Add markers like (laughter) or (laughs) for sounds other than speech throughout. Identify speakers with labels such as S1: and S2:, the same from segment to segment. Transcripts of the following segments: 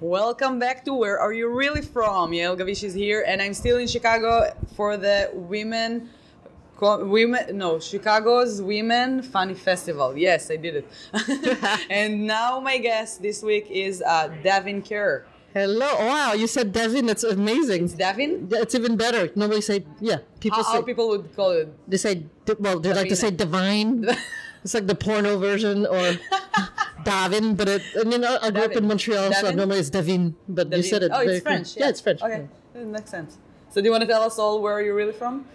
S1: Welcome back to Where Are You Really From? Yael Gavish is here, and I'm still in Chicago for the Women. Co- women no chicago's women funny festival yes i did it (laughs) and now my guest this week is uh, davin kerr
S2: Hello. Wow, you said Devin. That's amazing.
S1: davin
S2: That's even better. Normally say, yeah, people
S1: how,
S2: say,
S1: how people would call it (laughs)
S2: they say, di- well, they like to say divine. it's like the porno version or (laughs) Davin, but it, I mean, I, I grew up in
S1: Davin.
S2: Montreal, so
S1: Davin?
S2: normally it's Davin, but you
S1: Davin.
S2: said it.
S1: oh
S2: very
S1: it's
S2: cool.
S1: french
S2: Yeah. it's French.
S1: okay that makes sense so do you want to tell us all where you're really from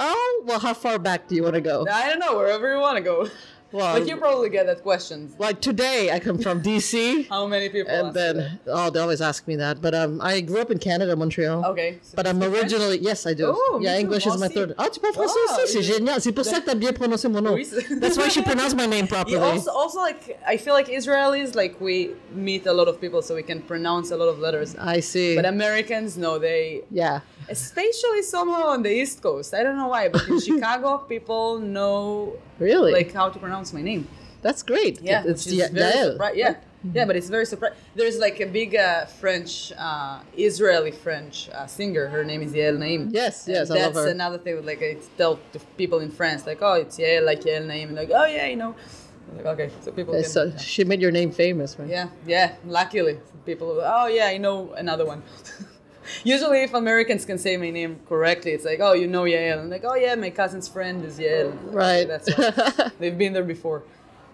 S2: Oh, well, how far back do you want to go?
S1: i don't know wherever you want to go
S2: Well,
S1: but you probably get that question
S2: like today, I come from
S1: (laughs)
S2: DC,
S1: how many people ask
S2: and
S1: you that?
S2: then, oh, they always ask me that, but um, I grew up in Canada, Montreal.
S1: okay so
S2: But
S1: you
S2: I'm
S1: speak French?
S2: originally, yes, I do.
S1: Oh, me
S2: yeah,
S1: too,
S2: English is
S1: moi
S2: my
S1: aussi.
S2: third. Ah, tu parles français
S1: Oh,
S2: aussi, c'est
S1: you-
S2: génial. C'est pour ça que t'as bien prononcé mon nom.
S1: Oui, c'est-
S2: That's why she pronounced my name
S1: (laughs)
S2: properly.
S1: Yeah, also, also like I feel like Israelis like we meet a lot of people, so we can pronounce a lot of letters.
S2: I see.
S1: But Americans, no, they
S2: yeah.
S1: especially somehow on the East Coast. I don't know why, but in Chicago, people know
S2: Really?
S1: like how to pronounce my name.
S2: That's great.
S1: Yeah,
S2: It's
S1: which is
S2: Ya-
S1: very
S2: Yael.
S1: surpri- Yeah, yeah, but it's very surprising. There's like a big uh, French, uh, Israeli French uh, singer. Her name is Yael Naim.
S2: Yes,
S1: And
S2: yes, I
S1: that's
S2: love her.
S1: another thing. Like I tell to people in France, like, oh, it's Yael, like Yael Naim, and like, oh yeah, you know. Like, okay, so people.
S2: Yeah,
S1: Can,
S2: So she made your name famous, right?
S1: yeah, yeah. Luckily, people. Oh yeah, I know another one. (laughs) Usually, if Americans can say my name correctly, it's like, oh, you know Yael. And like, oh yeah, my cousin's friend is Yael. Like,
S2: Right.
S1: That's
S2: (laughs)
S1: why. They've been there before.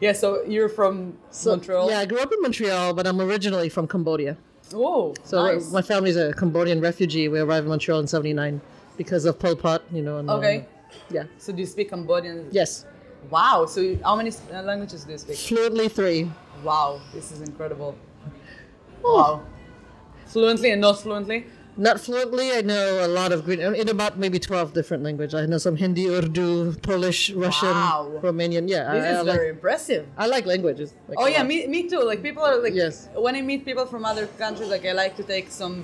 S1: Yeah. So you're from
S2: So-
S1: Montreal.
S2: Yeah, I grew up in Montreal, but I'm originally from Cambodia.
S1: Oh,
S2: So uh,
S1: nice.
S2: my family's a Cambodian refugee. We arrived in Montreal in 79 because of Pol Pot, you know. And, uh,
S1: Okay.
S2: yeah.
S1: So do you speak Cambodian?
S2: Yes.
S1: Wow. So you- how many s- uh, languages do you speak?
S2: Fluently three.
S1: Wow. This is incredible.
S2: Oh.
S1: Wow. Fluently and not fluently.
S2: Not fluently. I know a lot of Greek, in about maybe twelve different languages. I know some Hindi, Urdu, Polish, Russian,
S1: Wow.
S2: Romanian. Yeah,
S1: This
S2: I, I
S1: is
S2: Uh, like,
S1: very impressive.
S2: I like languages. like,
S1: Oh
S2: a
S1: yeah,
S2: lot.
S1: me, me too. Like people are like
S2: Yes.
S1: when I meet people from other countries, like I like to take some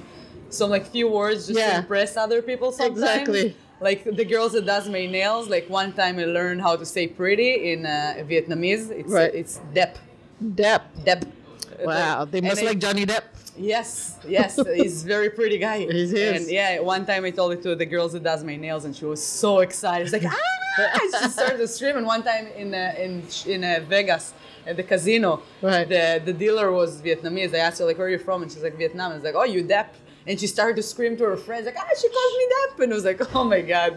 S1: some like few words just to
S2: Yeah.
S1: impress other people sometimes.
S2: Exactly.
S1: Like the girls that does my nails, like one time I learned how to say pretty in uh, Vietnamese. It's
S2: Right.
S1: it's dep.
S2: uh, Depp.
S1: Dep.
S2: Wow, they
S1: And
S2: must
S1: I-
S2: like Johnny Depp.
S1: Yes, yes, he's a very pretty guy.
S2: (laughs) He is.
S1: And yeah, one time I told it to the girls that does my nails, and she was so excited. She's like, ah! she started to scream. And one time in uh, in in uh, Vegas at the casino,
S2: Right.
S1: the the dealer was Vietnamese. I asked her like, where are you from? And she's like, Vietnam. I was like, oh, you Dep. And she started to scream to her friends like, ah, she calls me Dep. And I was like, oh my god.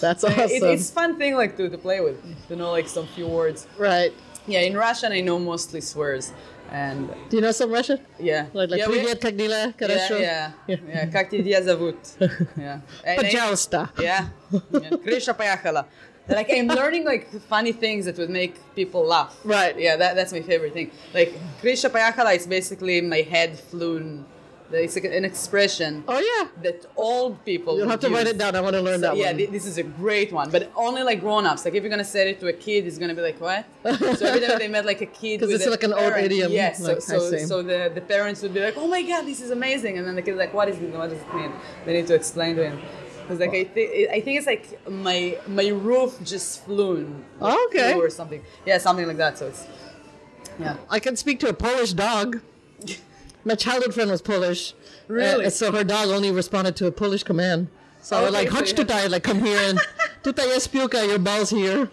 S2: That's awesome.
S1: It, it's fun thing like to, to play with, to know like some few words.
S2: right.
S1: Yeah, in Russian I know mostly swears, and
S2: Do you know some Russian?
S1: yeah,
S2: Like, like
S1: yeah, we-
S2: Привет, как дела? Хорошо.
S1: yeah, yeah, yeah. Как тебя зовут?
S2: (laughs)
S1: Yeah. And I-
S2: Пожалуйста.
S1: Yeah. yeah. Крыша поехала. Like I'm learning like funny things that would make people laugh.
S2: Right.
S1: Yeah, that, that's my favorite thing. Like Krisha Payakala is basically my head floon. It's like an expression
S2: Oh yeah.
S1: that old people.
S2: You'll have to write it down. I want to learn that
S1: Oh, yeah,
S2: one.
S1: thi- this is a great one, but only like grown-ups. Like if you're gonna say it to a kid, it's gonna be like what? so every time they met like a kid,
S2: (laughs) 'Cause
S1: with
S2: it's
S1: a
S2: like an old
S1: parent-
S2: idiom,
S1: Yes.
S2: like, I
S1: so so,
S2: see.
S1: so the, the parents would be like, oh my god, this is amazing, and then the kid's like, what is it? What does it mean? They need to explain to him. Because like I think I think it's like my my roof just flew. Like,
S2: Oh, okay.
S1: flew Or something. Yeah, something like that. So it's yeah.
S2: I can speak to a Polish dog. My childhood friend was Polish.
S1: Really?
S2: Uh, so her dog only responded to a Polish command. So I would
S1: Okay,
S2: like,
S1: so
S2: chodź
S1: you-
S2: tutaj, like come here
S1: (laughs)
S2: and tutaj jest piłka, your ball's here.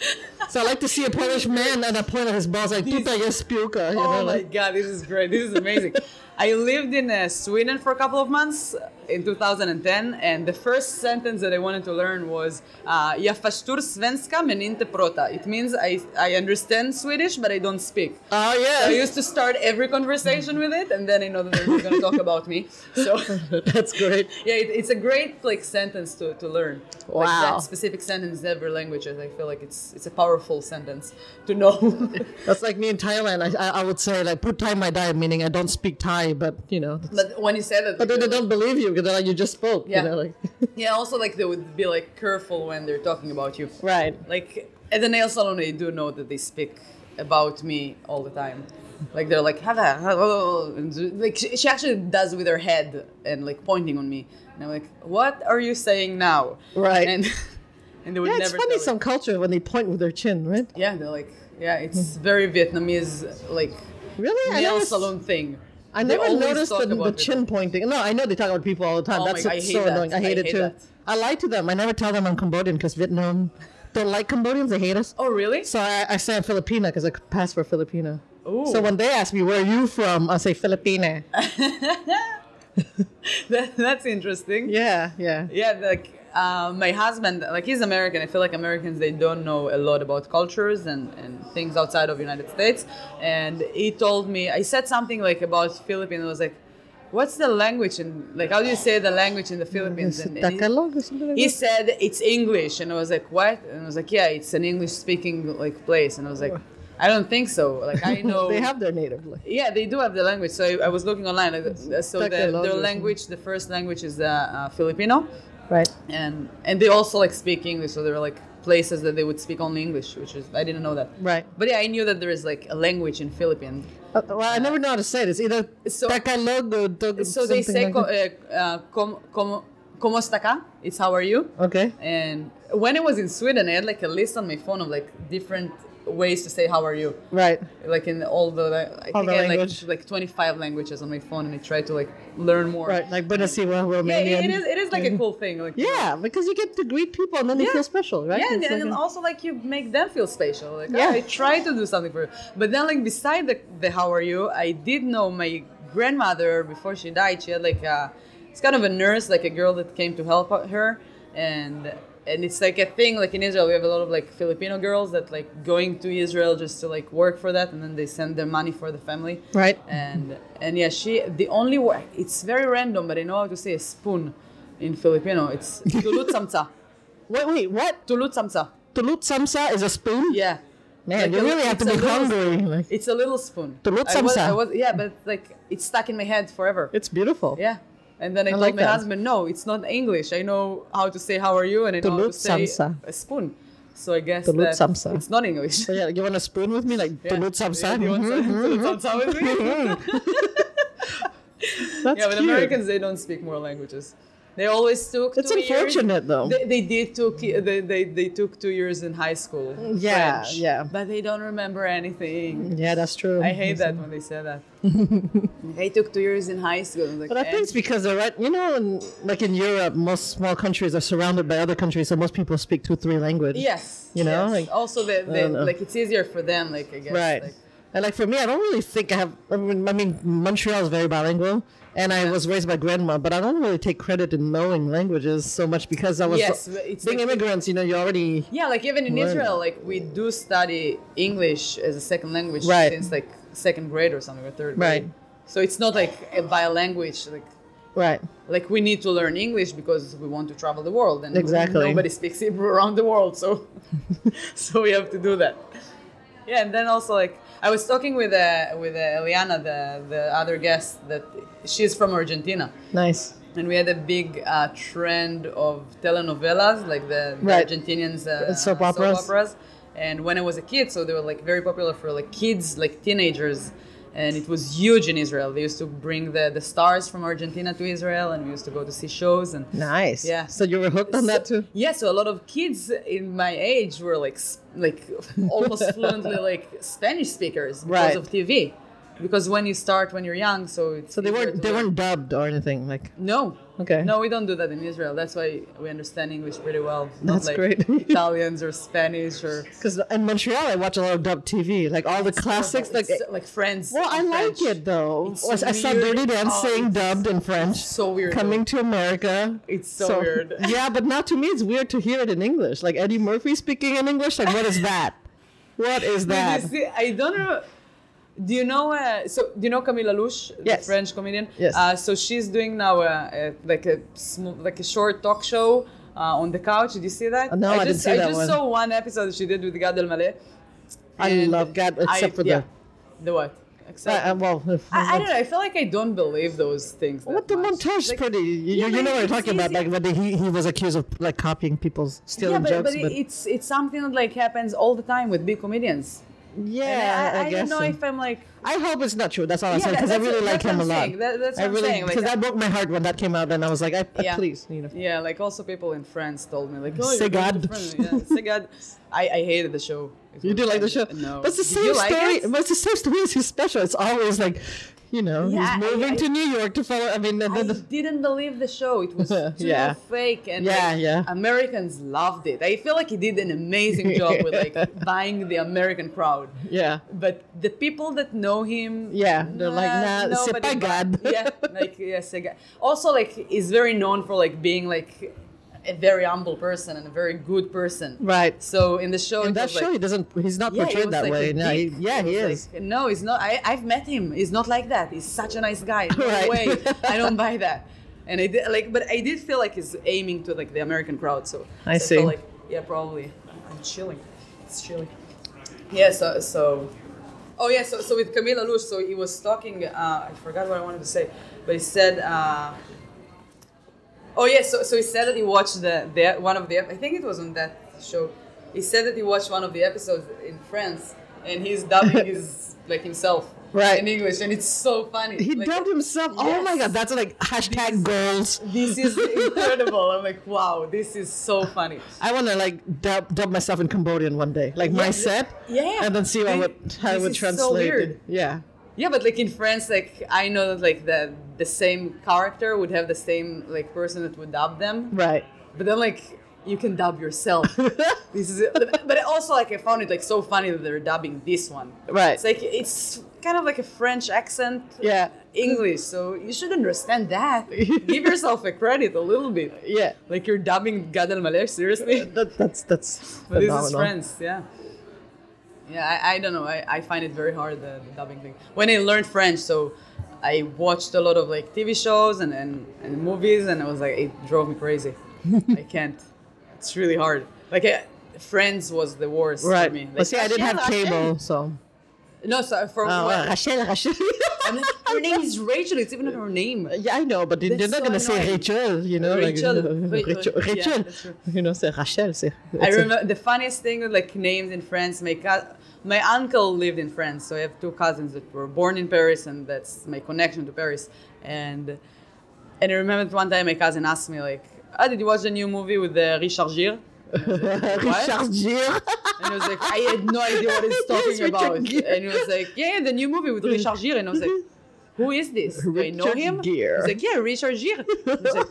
S2: So I like to see a Polish man and I point at his balls like, tutaj jest piłka.
S1: (laughs)
S2: You
S1: Oh
S2: know,
S1: my
S2: like,
S1: god, this is great. This is amazing. I lived in uh, Sweden for a couple of months uh, in 2010, and the first sentence that I wanted to learn was uh, "Jag förstår svenska men inte prata." It means I I understand Swedish but I don't speak.
S2: oh yeah.
S1: I used to start every conversation with it, and then I know that they're going to talk about me. So,
S2: (laughs)
S1: (laughs)
S2: That's great.
S1: yeah, it, it's a great like sentence to, to learn. Like,
S2: Wow.
S1: that specific sentence in every language, I feel like it's it's a powerful sentence to know. (laughs)
S2: That's like me in Thailand. I, I, I would say like put Thai my diet, meaning I don't speak Thai, but you know.
S1: but when you say that,
S2: But then they
S1: like-
S2: don't believe you because like, you just spoke.
S1: Yeah.
S2: You know, like
S1: Yeah, also like they would be like careful when they're talking about you.
S2: right.
S1: Like at the nail salon, I do know that they speak about me all the time. Like they're like, "Hello, hello," and do- like she, she actually does with her head and like pointing on me. And I'm like, what are you saying now?
S2: Right.
S1: And (laughs) and they would
S2: (laughs) Yeah,
S1: never.
S2: it's funny
S1: tell
S2: some
S1: it.
S2: culture when they point with their chin, right?
S1: Yeah, they're like, yeah, it's very Vietnamese like
S2: Really? Hmm. I
S1: nail
S2: always-
S1: salon thing. They
S2: I never
S1: always
S2: noticed
S1: talk
S2: the, the
S1: about
S2: chin pointing. No, I know they talk about people all the time.
S1: Oh my
S2: That's
S1: God, I
S2: what's
S1: hate
S2: so
S1: that.
S2: annoying. I hate
S1: I
S2: it
S1: hate
S2: too.
S1: that.
S2: I lie to them. I never tell them I'm Cambodian because Vietnam don't like Cambodians. They hate us.
S1: Oh, really? (laughs)
S2: So I, I say I'm Filipina because I could pass for Filipina.
S1: Ooh.
S2: So when they ask me where are you from, I say
S1: (laughs)
S2: Filipina.
S1: That, that's interesting.
S2: yeah, yeah.
S1: Yeah, like uh, my husband, like he's American. I feel like Americans they don't know a lot about cultures and, and things outside of United States. And he told me I said something like about Philippines. I was like, "What's the language and like how do you say the language in the Philippines?"
S2: Is
S1: And,
S2: it
S1: and he,
S2: Tagalog or something like
S1: he
S2: that?
S1: said it's English, and I was like, "What?" And I was like, "Yeah, it's an English-speaking like place." And I was like, "I don't think so. Like
S2: (laughs)
S1: I know
S2: they have their native. Like,
S1: yeah, they do have the language. So I, I was looking online. uh, So the,
S2: Like a lot
S1: their
S2: of-
S1: language, the first language is uh, uh, Filipino,
S2: right.
S1: and and they also like speak English. So there are like places that they would speak only English, which is I didn't know that.
S2: Right.
S1: But yeah, I knew that there is like a language in Philippine.
S2: Uh, well, I never know how to say it. It's either
S1: So-
S2: Tagalog or Tog-
S1: So they
S2: something
S1: say
S2: like
S1: co-
S2: that.
S1: uh, uh, com- com- "Komosta ka?" It's how are you?
S2: Okay.
S1: And when I was in Sweden, I had like a list on my phone of like different ways to say "How are you."
S2: Right.
S1: like in all the I think
S2: All the
S1: I had like,
S2: language.
S1: like 25 languages on my phone and I tried to like learn more.
S2: Right. Like Bonasiwa,
S1: Yeah,
S2: Romanian.
S1: it is. It is like a cool thing. Like
S2: (laughs) Yeah, because you get to greet people and then
S1: Yeah.
S2: you feel special, right?
S1: Yeah, and,
S2: It's
S1: and
S2: like a-
S1: also like you make them feel special. Like
S2: Yeah.
S1: oh, I tried to do something for you, but then like beside the, the how are you, I did know my grandmother before she died. She had like a, it's kind of a nurse, like a girl that came to help her, and and it's like a thing. Like in Israel, we have a lot of like Filipino girls that like going to Israel just to like work for that, and then they send their money for the family.
S2: Right.
S1: And and yeah, she the only word it's very random, but I know how to say a spoon in Filipino. It's tulut
S2: (laughs)
S1: samtsa.
S2: Wait, wait, what?
S1: Tulut samtsa.
S2: Tulut samsa is a spoon?
S1: Yeah.
S2: Man,
S1: Like
S2: you
S1: a
S2: really
S1: little-
S2: have to
S1: it's
S2: be
S1: a little-
S2: hungry. Like,
S1: It's a little spoon.
S2: Tulut
S1: I was,
S2: samsa.
S1: I was, yeah, but like it's stuck in my head forever.
S2: it's beautiful.
S1: yeah. And then I, told
S2: like
S1: my
S2: that.
S1: husband, no, it's not English. I know how to say how are you and I know how to
S2: Tulut
S1: say
S2: samsa.
S1: a spoon. So I guess that
S2: Tulut samsa.
S1: it's not English.
S2: So yeah, you want a spoon with me? Like
S1: (laughs) Yeah.
S2: tulut
S1: Yeah,
S2: samsa?
S1: do you want some-
S2: Mhm,
S1: tulut samsa with me?
S2: (laughs) mhm. That's
S1: yeah, but
S2: cute.
S1: Americans they don't speak more languages. They always took.
S2: It's
S1: two
S2: unfortunate,
S1: years.
S2: though.
S1: They, they did took they, they they took two years in high school.
S2: Yeah,
S1: French,
S2: yeah.
S1: But they don't remember anything.
S2: yeah, that's true.
S1: I hate that when they say that. (laughs) they took two years in high school. Like,
S2: But I think it's because they're right. You know, in, like in Europe, most small countries are surrounded by other countries, so most people speak two, three languages.
S1: yes,
S2: you know,
S1: yes.
S2: like-
S1: also they, they
S2: don't know.
S1: like it's easier for them. Like I guess
S2: right.
S1: like,
S2: and like for me, I don't really think I have. I mean, I mean, Montreal is very bilingual, and I was raised by grandma, but I don't really take credit in knowing languages so much because I was
S1: Yes, but it's
S2: being
S1: like-
S2: immigrants. You know, you already
S1: Yeah, like even in
S2: Learn.
S1: Israel, like we do study English as a second language
S2: Right.
S1: since like second grade or something or third grade.
S2: Right.
S1: So it's not like a bilanguage. Like
S2: right.
S1: like we need to learn English because we want to travel the world, and
S2: Exactly.
S1: nobody speaks (laughs) Hebrew around the world, so (laughs) so we have to do that. Yeah, and then also like I was talking with uh, with uh, Eliana, the the other guest, that she's from Argentina
S2: Nice.
S1: and we had a big uh, trend of telenovelas, like the, the
S2: Right.
S1: Argentinians uh,
S2: Uh, soap operas.
S1: And when I was a kid, so they were like very popular for like kids, like teenagers, and it was huge in Israel. They used to bring the, the stars from Argentina to Israel, and we used to go to see shows and.
S2: Nice.
S1: Yeah.
S2: So you were hooked on that
S1: So-
S2: too.
S1: Yeah, so a lot of kids in my age were like s- like almost
S2: (laughs)
S1: fluently like Spanish speakers because
S2: Right.
S1: of TV, because when you start when you're young, so it's
S2: So they
S1: easier
S2: weren't
S1: to
S2: they
S1: learn.
S2: weren't dubbed or anything like.
S1: No.
S2: Okay.
S1: No, we don't do that in Israel. That's why we understand English pretty well. Not
S2: That's
S1: like
S2: great. (laughs)
S1: Italians or Spanish or
S2: Because in Montreal, I watch a lot of dubbed TV, like all the classics. Like,
S1: It's so- like Friends.
S2: well, I
S1: in
S2: like
S1: French.
S2: it though.
S1: It's
S2: I I saw
S1: weird.
S2: Dirty
S1: Oh,
S2: Dancing
S1: it's
S2: dubbed in French.
S1: so weird,
S2: Coming to America.
S1: It's so weird. (laughs)
S2: yeah, but now to me, it's weird to hear it in English. Like Eddie Murphy speaking in English. Like, what is that? What is
S1: Did
S2: that? Uh,
S1: you see- I don't know. Do you know? Uh, so do you know Camille Lelouch, the
S2: Yes.
S1: French comedian?
S2: Yes.
S1: Uh, so she's doing now uh, a, like a sm- like a short talk show uh, on the couch. Did you see that?
S2: Uh, no, I
S1: just,
S2: didn't see that
S1: just
S2: one.
S1: saw one episode she did with Gad Elmaleh.
S2: I
S1: And
S2: love God, except
S1: I-
S2: for
S1: yeah.
S2: the.
S1: the what? Except
S2: Uh, uh, well, if-
S1: I, I don't know. I feel like I don't believe those things. that
S2: What the
S1: much.
S2: montage is
S1: Like-
S2: pretty. You,
S1: Yeah,
S2: you
S1: but
S2: know what I'm
S1: it's
S2: talking about.
S1: easy.
S2: Like when the, he, he was accused of like copying people's
S1: yeah,
S2: stealing
S1: but,
S2: jokes.
S1: but
S2: But,
S1: it's it's something that like happens all the time with big comedians. And
S2: yeah,
S1: I, I,
S2: guess.
S1: don't know
S2: so.
S1: if I'm like
S2: I hope it's not true. That's all I
S1: Yeah,
S2: say
S1: that-
S2: because I
S1: that's-
S2: really like
S1: that's
S2: him
S1: what
S2: a
S1: I'm
S2: lot.
S1: saying. That- that's
S2: I
S1: what I'm
S2: really
S1: saying, like,
S2: because
S1: I-
S2: that broke my heart when that came out, and I was like, I, I
S1: yeah,
S2: please, you know.
S1: yeah, like also people in France told me like oh,
S2: Say
S1: you're going to
S2: God.
S1: France. yeah, say God. I, I hated the show. It
S2: You
S1: was-
S2: do like the show,
S1: No,
S2: but it's the
S1: Did
S2: same
S1: you like
S2: story.
S1: it?
S2: But it's the same story as his special. It's always like you know,
S1: Yeah,
S2: he's moving
S1: I-
S2: to New York to follow. I mean, and
S1: I
S2: then the,
S1: didn't believe the show. It
S2: (laughs)
S1: was too
S2: Yeah.
S1: fake, and
S2: Yeah,
S1: like,
S2: yeah.
S1: Americans loved it. I feel like he did an amazing
S2: (laughs)
S1: job with like buying the American crowd.
S2: yeah,
S1: But the people that know him,
S2: Yeah, they're like,
S1: nah,
S2: nah, c'est
S1: nobody
S2: pas (laughs)
S1: buy-
S2: grave.
S1: yeah, like yeah, c'est ga- Also, like, is very known for like being like a very humble person and a very good person.
S2: right.
S1: So in the show,
S2: In
S1: it
S2: that
S1: was,
S2: show,
S1: like,
S2: he doesn't. He's not
S1: yeah, he
S2: portrayed
S1: was
S2: that
S1: like
S2: way.
S1: a
S2: No, he,
S1: dick.
S2: yeah, he
S1: was
S2: is.
S1: like- no, he's not. I, I've met him. He's not like that. He's such a nice
S2: (laughs)
S1: guy. No
S2: Right.
S1: way. I don't buy that. And I did like, but I did feel like he's aiming to like the American crowd. So
S2: I
S1: so
S2: see.
S1: felt like, yeah, probably. I'm chilling. It's chilly. Yeah. So so. Oh yeah. So so with Camila Lush, so he was talking. Uh, I forgot what I wanted to say, but he said. Uh, Oh yeah, so, so he said that he watched the, the one of the ep- I think it was on that show. He said that he watched one of the episodes in France, and he's dubbing
S2: (laughs)
S1: his like himself
S2: Right.
S1: in English, and it's so funny.
S2: He
S1: Like,
S2: dubbed himself. Oh my
S1: yes.
S2: god, that's like hashtag goals.
S1: This
S2: (laughs)
S1: is incredible. I'm like, wow, this is so funny.
S2: I want to like dub, dub myself in Cambodian one day, like my
S1: Yeah,
S2: set.
S1: yeah.
S2: And then see how it how it
S1: This
S2: would
S1: is so
S2: translate.
S1: weird.
S2: it. Yeah.
S1: Yeah, but like in France, like I know that like the the same character would have the same like person that would dub them,
S2: Right.
S1: But then like you can dub
S2: (laughs)
S1: yourself. this is it. But, but also like I found it like so funny that they're dubbing this one.
S2: Right.
S1: It's like it's kind of like a French accent.
S2: Yeah.
S1: English, so you should understand
S2: (laughs)
S1: that. Give yourself a credit a little bit.
S2: Yeah.
S1: Like you're dubbing Gad El Malek, seriously?
S2: That, that's that's
S1: But this
S2: phenomenal.
S1: is France, yeah. Yeah, I, I don't know. I, I find it very hard, the, the dubbing thing. When I learned French, so I watched a lot of like TV shows and, and, and movies, and I was like, it drove me
S2: (laughs)
S1: crazy. I can't. It's really hard. Like, I, Friends was the worst
S2: Right.
S1: for me. Like,
S2: but see, I didn't have
S1: Rachel,
S2: cable,
S1: Rachel.
S2: so.
S1: No, so for
S2: Oh,
S1: what?
S2: Rachel, Rachel.
S1: I'm like, her name is Rachel. It's even not her name.
S2: (laughs) yeah, I know, but they- they're
S1: That's
S2: not
S1: so
S2: gonna say
S1: annoying.
S2: Rachel, you know,
S1: Rachel.
S2: like uh,
S1: Ra-
S2: Rachel.
S1: yeah,
S2: Rachel.
S1: that's true.
S2: you know, say Rachel. Say,
S1: I
S2: it's a-
S1: remember the funniest thing with like names in France. My cou- my uncle lived in France, so I have two cousins that were born in Paris, and that's my connection to Paris. And and I remember one time my cousin asked me like, "Ah, did you watch the new movie with uh, Richard Gere?" What?
S2: (laughs) Richard Gere.
S1: And I was like, I had no idea
S2: (laughs)
S1: what he's talking
S2: Richard
S1: about.
S2: Gere.
S1: And he was like, Yeah, yeah, the new movie with Richard Gere. And I was like, Who is this? Do I know
S2: Mm-hmm. Richard
S1: him?
S2: Gere.
S1: He's like, Yeah, Richard Gere. I was like,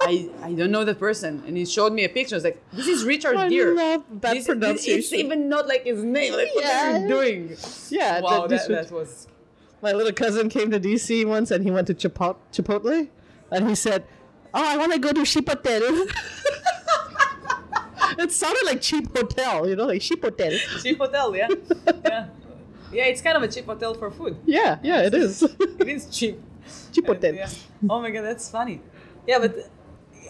S1: I, I don't know the person. And he showed me a picture. I was like, This is Richard
S2: I
S1: Gere.
S2: love
S1: This-
S2: that
S1: this- It's
S2: pronunciation.
S1: even not like his name. Like, what are
S2: Yeah.
S1: you doing?
S2: Yeah,
S1: Wow,
S2: this
S1: that,
S2: was-
S1: that was.
S2: My little cousin came to DC once and he went to Chipotle, Chipotle and he said, Oh, I want to go to Chipotle. (laughs) it sounded like cheap hotel, you know, like Chipotle.
S1: Cheap hotel,
S2: (laughs)
S1: yeah. yeah. Yeah, it's kind of a cheap hotel for food.
S2: Yeah, yeah, it is. (laughs)
S1: It is cheap.
S2: Chipotle.
S1: Yeah. Oh my god, that's funny. Yeah, but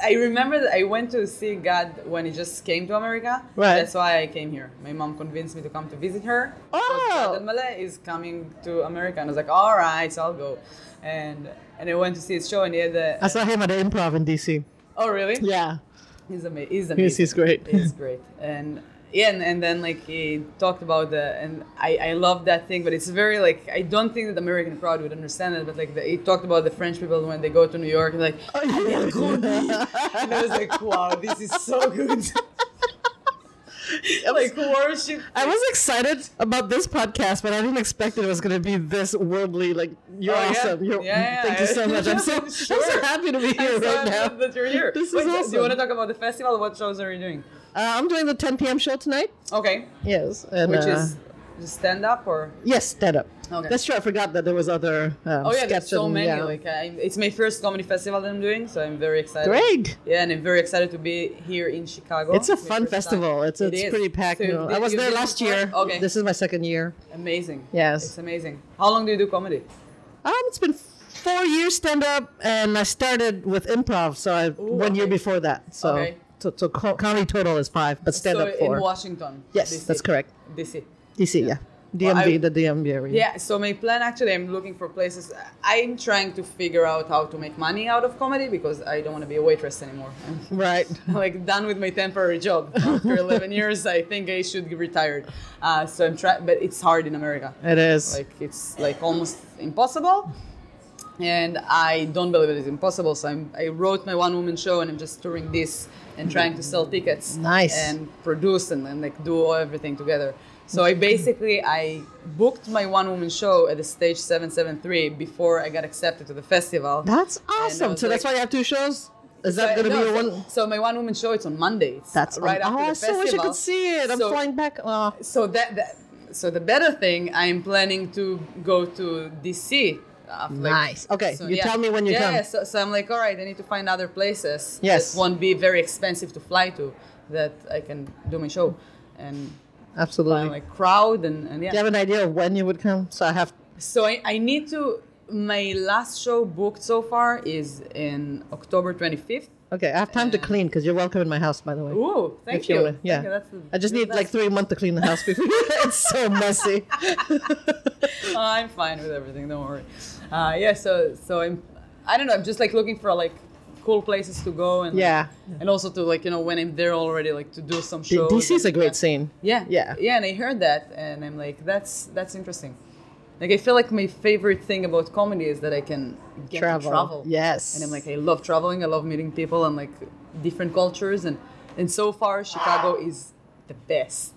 S1: I remember that I went to see God when he just came to America.
S2: Right.
S1: That's why I came here. My mom convinced me to come to visit her.
S2: Oh!
S1: Because Malay is coming to America, and I was like, all right, so I'll go. And and I went to see his show, and he had the.
S2: I saw him at the improv in DC.
S1: oh really?
S2: Yeah.
S1: He's, ama- he's amazing.
S2: He's, he's great.
S1: He's great. And yeah, and, and then like he talked about the and I I love that thing, but it's very like I don't think that the American crowd would understand it, but like the, he talked about the French people when they go to New York and like (laughs)
S2: Oh, yeah.
S1: "Ariel Gondi." and I was like, wow, this is so good. (laughs) like worship.
S2: I was excited about this podcast, but I didn't expect it was going to be this worldly. Like, you're
S1: Oh, yeah.
S2: awesome. You're,
S1: Yeah,
S2: Thank
S1: yeah.
S2: you so much.
S1: (laughs)
S2: I'm so, I'm so
S1: Sure.
S2: happy to be
S1: I'm
S2: here
S1: so
S2: right now.
S1: happy that you're here.
S2: This
S1: Wait,
S2: is
S1: so Do
S2: awesome.
S1: you want to talk about the festival? What shows are you doing?
S2: Uh, I'm doing the 10 p.m. show tonight.
S1: Okay,
S2: Yes. And,
S1: which
S2: uh,
S1: is just stand up or
S2: Yes, stand up.
S1: Okay.
S2: That's true. I forgot that there was other. Um,
S1: Oh yeah,
S2: sketch
S1: there's so
S2: and-
S1: many.
S2: yeah.
S1: Like I, it's my first comedy festival that I'm doing, so I'm very excited.
S2: Great.
S1: Yeah, and I'm very excited to be here in Chicago.
S2: It's a
S1: my
S2: fun
S1: first time.
S2: festival. It's
S1: It
S2: it's
S1: is.
S2: pretty packed.
S1: So
S2: you know.
S1: did
S2: I was
S1: you
S2: there
S1: do
S2: last
S1: before?
S2: year.
S1: Okay.
S2: This is my second year.
S1: amazing.
S2: Yes.
S1: It's amazing. How long do you do comedy?
S2: Um, it's been four years stand up, and I started with improv. So I one year
S1: okay.
S2: before that. So
S1: Okay.
S2: so, so co- comedy total is five, but stand
S1: so
S2: up
S1: in
S2: four.
S1: Washington.
S2: Yes,
S1: DC.
S2: that's correct.
S1: DC.
S2: DC, yeah,
S1: Well,
S2: DMV,
S1: I-
S2: the DMV area.
S1: Yeah, so my plan actually, I'm looking for places. I'm trying to figure out how to make money out of comedy because I don't want to be a waitress anymore. I'm
S2: Right.
S1: like done with my temporary job after 11 years. I think I should get retired. Uh, so I'm trying, but it's hard in America.
S2: It is.
S1: like it's like almost impossible and i don't believe it is impossible so I'm, i wrote my one woman show and i'm just touring this and trying to sell tickets
S2: Nice.
S1: and produce and, and like do everything together So I basically I booked my one woman show at the stage 773 before I got accepted to the festival.
S2: That's awesome.
S1: was
S2: So that's why
S1: like-
S2: you have two shows. Is that
S1: So-
S2: going to
S1: no,
S2: be your
S1: so-
S2: one?
S1: So my one woman show it's on Mondays.
S2: That's
S1: right
S2: aw-
S1: after
S2: oh,
S1: the
S2: I so
S1: festival.
S2: wish I could see it. I'm
S1: So-
S2: flying back. Oh,
S1: So that, that so the better thing I'm planning to go to DC. after, like-
S2: Nice. Okay, you tell me when you
S1: yeah,
S2: come.
S1: Yeah, so, so I'm like, all right, I need to find other places.
S2: Yes.
S1: that won't be very expensive to fly to that I can do my show and
S2: absolutely.
S1: find like crowd and, and yeah.
S2: Do you have an idea of when you would come? So I have.
S1: So I, I need to. My last show booked so far is in October 25th.
S2: Okay, I have time to
S1: Uh,
S2: clean because you're welcome in my house, by the way.
S1: Ooh, thank
S2: if you, wanna- yeah.
S1: Okay, that's the-
S2: I just need
S1: that's-
S2: like three months to clean the house before (laughs) it's so
S1: (laughs)
S2: messy.
S1: I'm fine with everything. Don't worry. Uh, yeah. So so I'm. I don't know. I'm just like looking for like cool places to go and like,
S2: Yeah.
S1: and also to like you know when I'm there already like to do some shows.
S2: DC is a
S1: and-
S2: great
S1: yeah.
S2: scene.
S1: Yeah.
S2: Yeah.
S1: Yeah, and I heard that and I'm like, that's that's interesting. Like I feel like my favorite thing about comedy is that I can get to
S2: Travel.
S1: travel.
S2: Yes.
S1: And I'm like, I love traveling, I love meeting people and like different cultures and and so far Chicago is the best.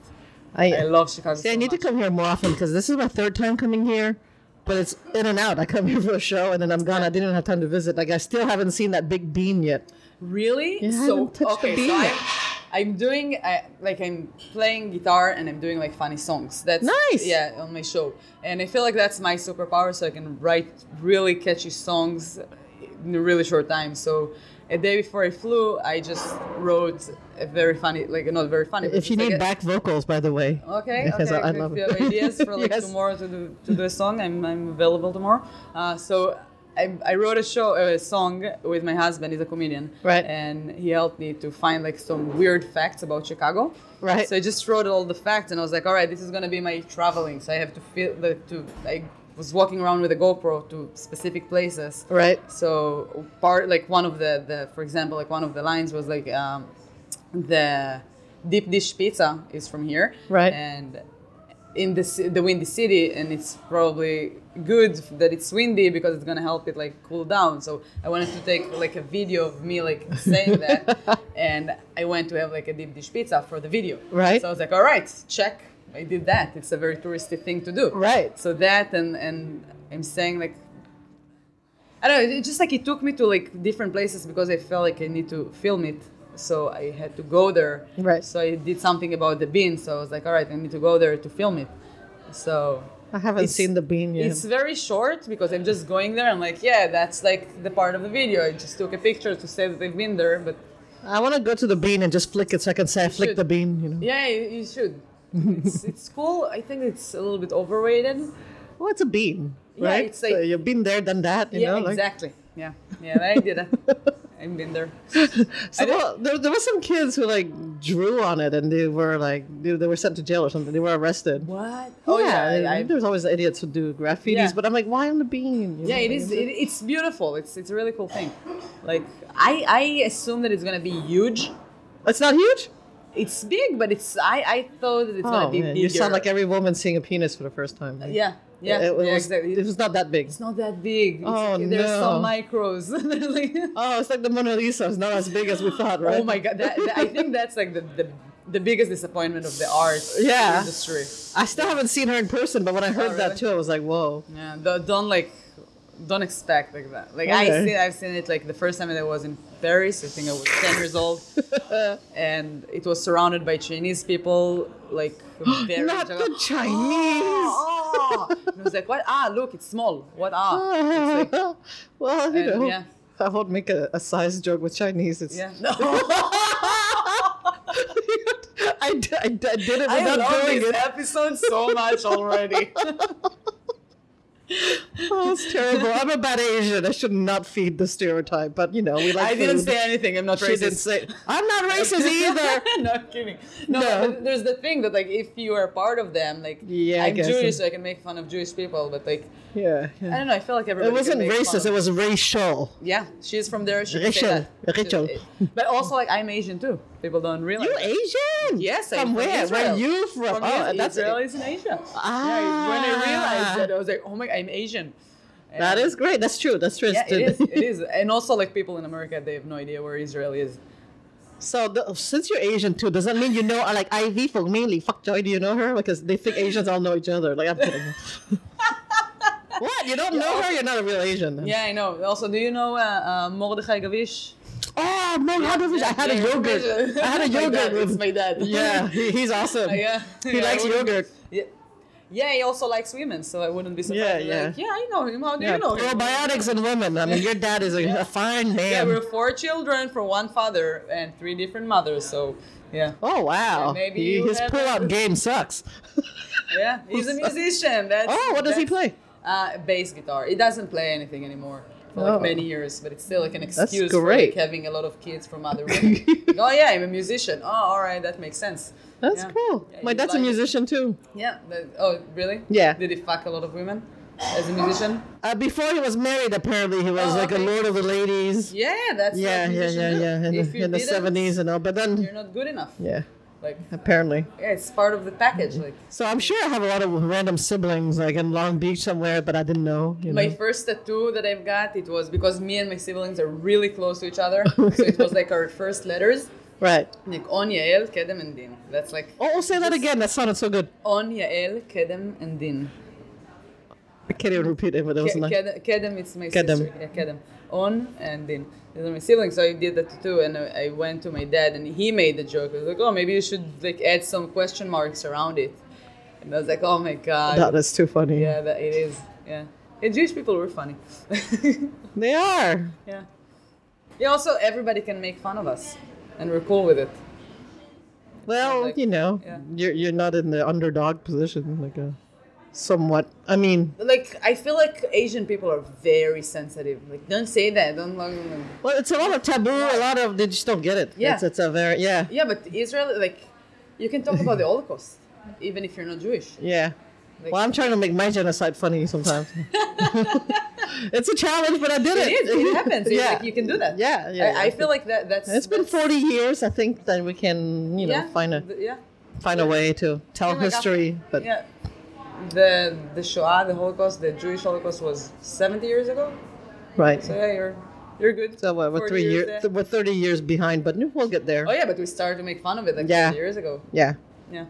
S2: I,
S1: I love Chicago.
S2: See, I
S1: so
S2: need to
S1: much.
S2: come here more often because this is my third time coming here, but it's in and out. I come here (laughs) for a show and then I'm gone. I didn't even have time to visit. Like I still haven't seen that big bean yet.
S1: Really?
S2: Yeah, I
S1: so
S2: haven't touched
S1: okay,
S2: the
S1: so
S2: beat.
S1: I'm, I'm doing I, like I'm playing guitar and I'm doing like funny songs. That's
S2: Nice.
S1: Yeah, on my show, and I feel like that's my superpower. So I can write really catchy songs in a really short time. So a day before I flew, I just wrote a very funny, like not very funny. but
S2: If you
S1: just, like,
S2: need
S1: a- Oh.
S2: back vocals, by the way.
S1: Okay,
S2: because
S1: okay.
S2: I, I
S1: if
S2: love
S1: you
S2: it.
S1: have ideas for like
S2: (laughs) Yes.
S1: tomorrow to do, to do a song, I'm, I'm available tomorrow. Uh, so I, I wrote a show a song with my husband. He's a comedian,
S2: Right.
S1: And he helped me to find like some weird facts about Chicago,
S2: Right.
S1: So I just wrote all the facts, and I was like, all right, this is gonna be my traveling. So I have to feel the to I was walking around with a GoPro to specific places,
S2: Right.
S1: so part like one of the, the for example like one of the lines was like um, the deep dish pizza is from here,
S2: Right.
S1: And in the ci- the windy city, and it's probably good that it's windy because it's gonna help it like cool down. So I wanted to take like a video of me like saying
S2: (laughs)
S1: that, and I went to have like a deep dish pizza for the video.
S2: Right.
S1: So I was like, all right, check. I did that. It's a very touristy thing to do.
S2: Right.
S1: So that and and I'm saying like I don't know. It just like it took me to like different places because I felt like I need to film it, so I had to go there.
S2: Right.
S1: So I did something about the bean. So I was like, all right, I need to go there to film it. So
S2: I haven't
S1: It's-
S2: seen the bean yet.
S1: it's very short because I'm just going there. I'm like, yeah, that's like the part of the video. I just took a picture to say that I've been there, but
S2: I want to go to the bean and just flick it so I can say I flicked
S1: should.
S2: the bean. You know.
S1: yeah, you, you should.
S2: (laughs)
S1: it's, it's cool. I think it's a little bit overrated.
S2: Well, it's a bean,
S1: Yeah,
S2: right?
S1: it's like-
S2: so you've been there, done that. You
S1: yeah,
S2: know, like-
S1: exactly. Yeah, yeah, I did
S2: (laughs)
S1: it. I've been there.
S2: So well, there, there were some kids who like drew on it and they were like they, they were sent to jail or something. They were arrested.
S1: What? Oh
S2: Oh yeah,
S1: yeah, I- I-
S2: there's always idiots who do graffitis,
S1: Yeah.
S2: but I'm like, why on the bean? You
S1: yeah.
S2: know,
S1: It
S2: like,
S1: is. It, it's beautiful. It's it's a really cool thing. Like I I assume that it's gonna be huge.
S2: It's not huge.
S1: It's big, but it's I I thought that it's
S2: Oh
S1: gonna be
S2: man,
S1: bigger.
S2: you sound like every woman seeing a penis for the first time. Like,
S1: yeah yeah
S2: it, was,
S1: yeah exactly.
S2: It was not that big.
S1: It's not that big. It's,
S2: Oh,
S1: There's some
S2: no.
S1: micros. (laughs) Like-
S2: Oh, it's like the Mona Lisa. It's not as big as we thought, (laughs) right?
S1: Oh my god! That, that- I think that's like the, the the biggest disappointment of the art
S2: Yeah.
S1: industry.
S2: I still haven't seen her in person, but when I heard
S1: Oh,
S2: that
S1: really?
S2: too, I was like, whoa.
S1: Yeah, don't, don't like, don't expect like that. Like I
S2: Okay.
S1: see, I've seen it like the first time that I was in Paris. I think I was ten years old,
S2: (laughs)
S1: and it was surrounded by Chinese people,
S2: (gasps)
S1: like very. (gasps)
S2: Not the Chinese.
S1: Oh, oh. (laughs) And I was like, what? Ah, look, it's small. What? Ah,
S2: (laughs) well, you
S1: And,
S2: know,
S1: yeah.
S2: I won't make a, a size joke with Chinese. It's
S1: yeah. No.
S2: (laughs) I, d- I d- I did
S1: (laughs)
S2: it
S1: I
S2: without
S1: love
S2: doing
S1: this
S2: it.
S1: episode so much already.
S2: (laughs) Oh, (laughs) it's terrible. I'm a bad Asian. I should not feed the stereotype, but you know, we like
S1: I didn't
S2: food.
S1: say anything. I'm not
S2: She
S1: racist.
S2: didn't say.
S1: (laughs)
S2: I'm not racist either.
S1: no, I'm kidding. No,
S2: No.
S1: But there's the thing that like if you are part of them, like
S2: Yeah, I
S1: I'm
S2: guess
S1: Jewish,
S2: so.
S1: so I can make fun of Jewish people, but like
S2: yeah.
S1: I
S2: yeah.
S1: don't know, I feel like everybody.
S2: It
S1: can
S2: wasn't
S1: make fun
S2: racist.
S1: of-
S2: It was racial.
S1: yeah, she's from there. She can say
S2: Rachel,
S1: that. She's-
S2: Rachel.
S1: But also, like I'm Asian too. People don't realize.
S2: You
S1: that.
S2: Asian?
S1: Yes, I'm
S2: from
S1: from
S2: where? Where
S1: Israel.
S2: are you from?
S1: From
S2: oh,
S1: Is-
S2: that's Ah.
S1: Israel is in Asia. Yeah, when I realized that, I was like, oh my, I'm Asian. And
S2: That is great. That's true. That's true.
S1: Yeah, it is. It is. And also, like people in America, they have no idea where Israel is.
S2: So the, since you're Asian too, does that mean you know uh, like Ivy for mainly? Fuck Joy, do you know her? Because they think Asians all know each other. Like I'm
S1: (laughs)
S2: kidding. what? You don't know her? You're not a real Asian.
S1: Yeah, I know. Also, do you know uh, uh, Mordechai Gavish?
S2: Oh no, how did we? I had a yogurt. I had
S1: (laughs)
S2: a yogurt
S1: It's
S2: with.
S1: my dad. (laughs)
S2: (laughs) Yeah, he, he's awesome.
S1: yeah.
S2: He
S1: Yeah, I
S2: likes
S1: wouldn't-
S2: yogurt.
S1: Yeah. Yeah, he also likes women, so I wouldn't be
S2: Yeah,
S1: surprised.
S2: yeah.
S1: Like, yeah, I know him. How do
S2: Yeah,
S1: you know him?
S2: probiotics and women. I mean, your dad is a, a fine
S1: Yeah,
S2: man.
S1: we're four children from one father and three different mothers. So, yeah,
S2: oh wow,
S1: Yeah, maybe
S2: He-
S1: you
S2: his
S1: have
S2: pull-out
S1: a-
S2: game sucks.
S1: yeah. He's a
S2: (laughs)
S1: musician. That's,
S2: Oh, what does he
S1: that's-
S2: play?
S1: Uh, bass guitar. He doesn't play anything anymore for
S2: Oh.
S1: like many years, but it's still like an excuse for
S2: great.
S1: like, having a lot of kids from
S2: (laughs)
S1: other women. oh yeah, I'm a musician. Oh, all right, that makes sense.
S2: That's
S1: Yeah.
S2: cool.
S1: Yeah,
S2: My
S1: you
S2: dad's a
S1: like it.
S2: musician too.
S1: Yeah. that- oh, really?
S2: Yeah.
S1: Did he fuck a lot of women as a musician?
S2: Uh, before he was married, apparently he was
S1: Oh,
S2: like a
S1: okay.
S2: lord of the ladies.
S1: Yeah, that's
S2: Yeah,
S1: what
S2: yeah,
S1: musicians
S2: yeah,
S1: do.
S2: yeah. In,
S1: If you
S2: the, in the
S1: didn't,
S2: 70s and all, but then
S1: you're not good enough.
S2: yeah,
S1: Like,
S2: apparently.
S1: yeah, it's part of the package. Like,
S2: So I'm sure I have a lot of random siblings like in Long Beach somewhere, but I didn't know. You
S1: my
S2: know.
S1: first tattoo that I've got, it was because me and my siblings are really close to each
S2: (laughs)
S1: other, so it was like our first letters,
S2: Right.
S1: like On Yael, Kedem, and Din. That's like
S2: Oh, oh, say that again. That sounded so good.
S1: On Yael, Kedem, and Din.
S2: I can't even repeat it, but it was
S1: Ke-
S2: nice.
S1: Kedem, Kedem is my
S2: Kedem.
S1: sister. Yeah, Kedem. On and Din. These are my siblings. So I did that tattoo and I I went to my dad and he made the joke. He was like, oh, maybe you should like add some question marks around it. And I was like, oh my God.
S2: That is too funny.
S1: yeah, that it is. Yeah. Yeah, Jewish people were funny. (laughs)
S2: They are.
S1: yeah. Yeah, also everybody can make fun of us and we're cool with it.
S2: Well,
S1: like-
S2: you know,
S1: yeah.
S2: you're you're not in the underdog position, like a somewhat. I mean,
S1: Like I feel like Asian people are very sensitive. Like don't say that. Don't like
S2: well, it's a lot of taboo. A lot of they just don't get it.
S1: Yeah.
S2: it's, it's a very yeah,
S1: Yeah, but Israel, like, you can talk
S2: (laughs)
S1: about the Holocaust, even if you're not Jewish.
S2: yeah.
S1: Like-
S2: well, I'm trying to make my genocide funny
S1: (laughs)
S2: sometimes. (laughs) it's a challenge, but I did it.
S1: It is. It happens. It's
S2: (laughs) yeah,
S1: like, you can do that.
S2: Yeah, yeah,
S1: I,
S2: yeah.
S1: I feel like that. That's.
S2: it's been
S1: that's-
S2: 40 years, I think, that we can you know
S1: yeah,
S2: find a
S1: th- yeah.
S2: find a way to tell
S1: Yeah, like,
S2: history.
S1: after-
S2: But
S1: yeah, the the Shoah, the Holocaust, the Jewish Holocaust was 70 years ago.
S2: right.
S1: So yeah, you're you're good.
S2: So what? We're
S1: 40
S2: three years.
S1: there.
S2: th- we're 30 years behind, but we'll get there.
S1: oh yeah, but we started to make fun of it like
S2: Yeah.
S1: 40 years ago.
S2: yeah.
S1: Yeah,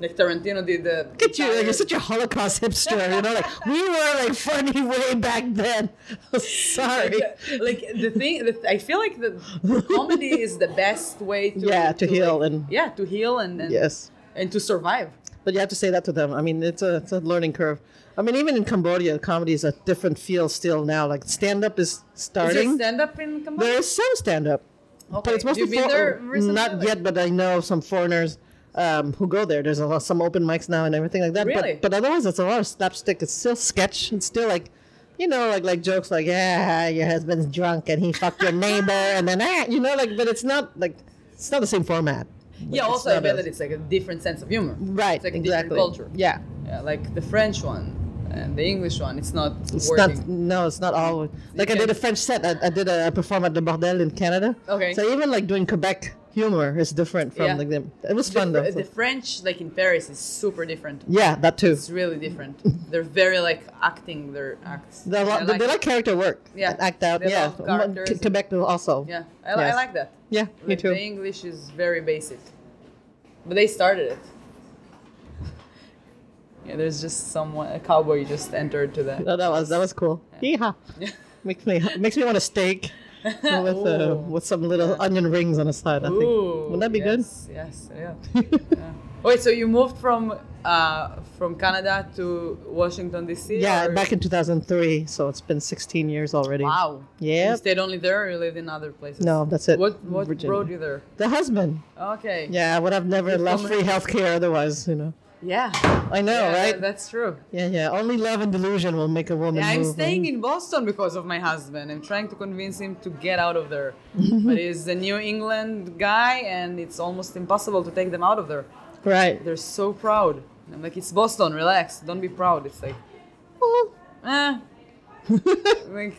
S1: like Tarantino did the.
S2: Look at you! Like, you're
S1: entire-
S2: such a Holocaust hipster. You know, like we were like funny way back then. (laughs) Sorry.
S1: like, uh, like the thing that I feel like the the comedy is the best way to
S2: Yeah, to heal
S1: like-
S2: and-
S1: yeah to heal and, and
S2: Yes,
S1: and to survive.
S2: but you have to say that to them. I mean, it's a it's a learning curve. I mean, even in Cambodia, comedy is a different feel still now. Like stand up is
S1: Is there
S2: starting.
S1: stand up in Cambodia?
S2: there is some stand up, but
S1: Okay,
S2: it's mostly
S1: you've been
S2: for- oh,
S1: there recently,
S2: not
S1: like-
S2: yet. But I know some foreigners. Um, who go there? There's a lot, some open mics now and everything like that.
S1: Really?
S2: But, but otherwise, it's a lot of slapstick. It's still sketch. It's still like, you know, like like jokes like, yeah, your husband's drunk and he fucked your neighbor, and then ah, you know, like. But it's not like it's not the same format.
S1: Yeah,
S2: Like, it's
S1: also I
S2: not
S1: bet
S2: as-
S1: that it's like a different sense of humor.
S2: right.
S1: it's like
S2: exactly.
S1: a different culture.
S2: Yeah.
S1: Yeah, like the French one and the English one. It's not
S2: It's
S1: working.
S2: not no, it's not all. Like I
S1: can-
S2: did a French set. I, I did a I performed at the Bordel in Canada.
S1: Okay.
S2: So even like doing Quebec humor is different from
S1: Yeah.
S2: like them. It was
S1: the,
S2: fun though.
S1: Fr- the French, like in Paris, is super different.
S2: yeah, that too.
S1: It's really
S2: (laughs)
S1: different. They're very like acting their acts.
S2: They
S1: I
S2: like, they like character work.
S1: Yeah.
S2: and Act out.
S1: They
S2: yeah.
S1: love characters
S2: Qu-
S1: and-
S2: Quebec also.
S1: Yeah, I,
S2: Yes.
S1: I like that.
S2: Yeah, me
S1: Like,
S2: too.
S1: The English is very basic, but they started it. (laughs) Yeah, there's just someone a cowboy just entered to that.
S2: No, that was that was cool. Yeehaw.
S1: (laughs)
S2: Makes me makes me want a steak with uh,
S1: Ooh.
S2: with some little onion rings on the side. I think. Wouldn't that be
S1: yes, good? Yes. Yeah.
S2: (laughs)
S1: yeah. Wait. So you moved from uh, from Canada to Washington D.C.
S2: good? Yeah,
S1: or-
S2: back in 2003, so it's been 16 years already.
S1: Wow.
S2: Yep.
S1: You stayed only there, or you lived in other places?
S2: No, that's it.
S1: What What
S2: Virginia.
S1: brought you there?
S2: The husband.
S1: Okay.
S2: Yeah, I would have never left free
S1: Diplomacy.
S2: healthcare otherwise, you know.
S1: Yeah.
S2: I know,
S1: Yeah,
S2: right?
S1: that- that's true.
S2: yeah, yeah. Only love and delusion will make a woman.
S1: Yeah, I'm
S2: move,
S1: staying
S2: right?
S1: in Boston because of my husband. I'm trying to convince him to get out of there. but he's a New England guy and it's almost impossible to take them out of there.
S2: Right.
S1: They're so proud. And I'm like, it's Boston, relax, don't be proud. It's like,
S2: Well,
S1: eh. like,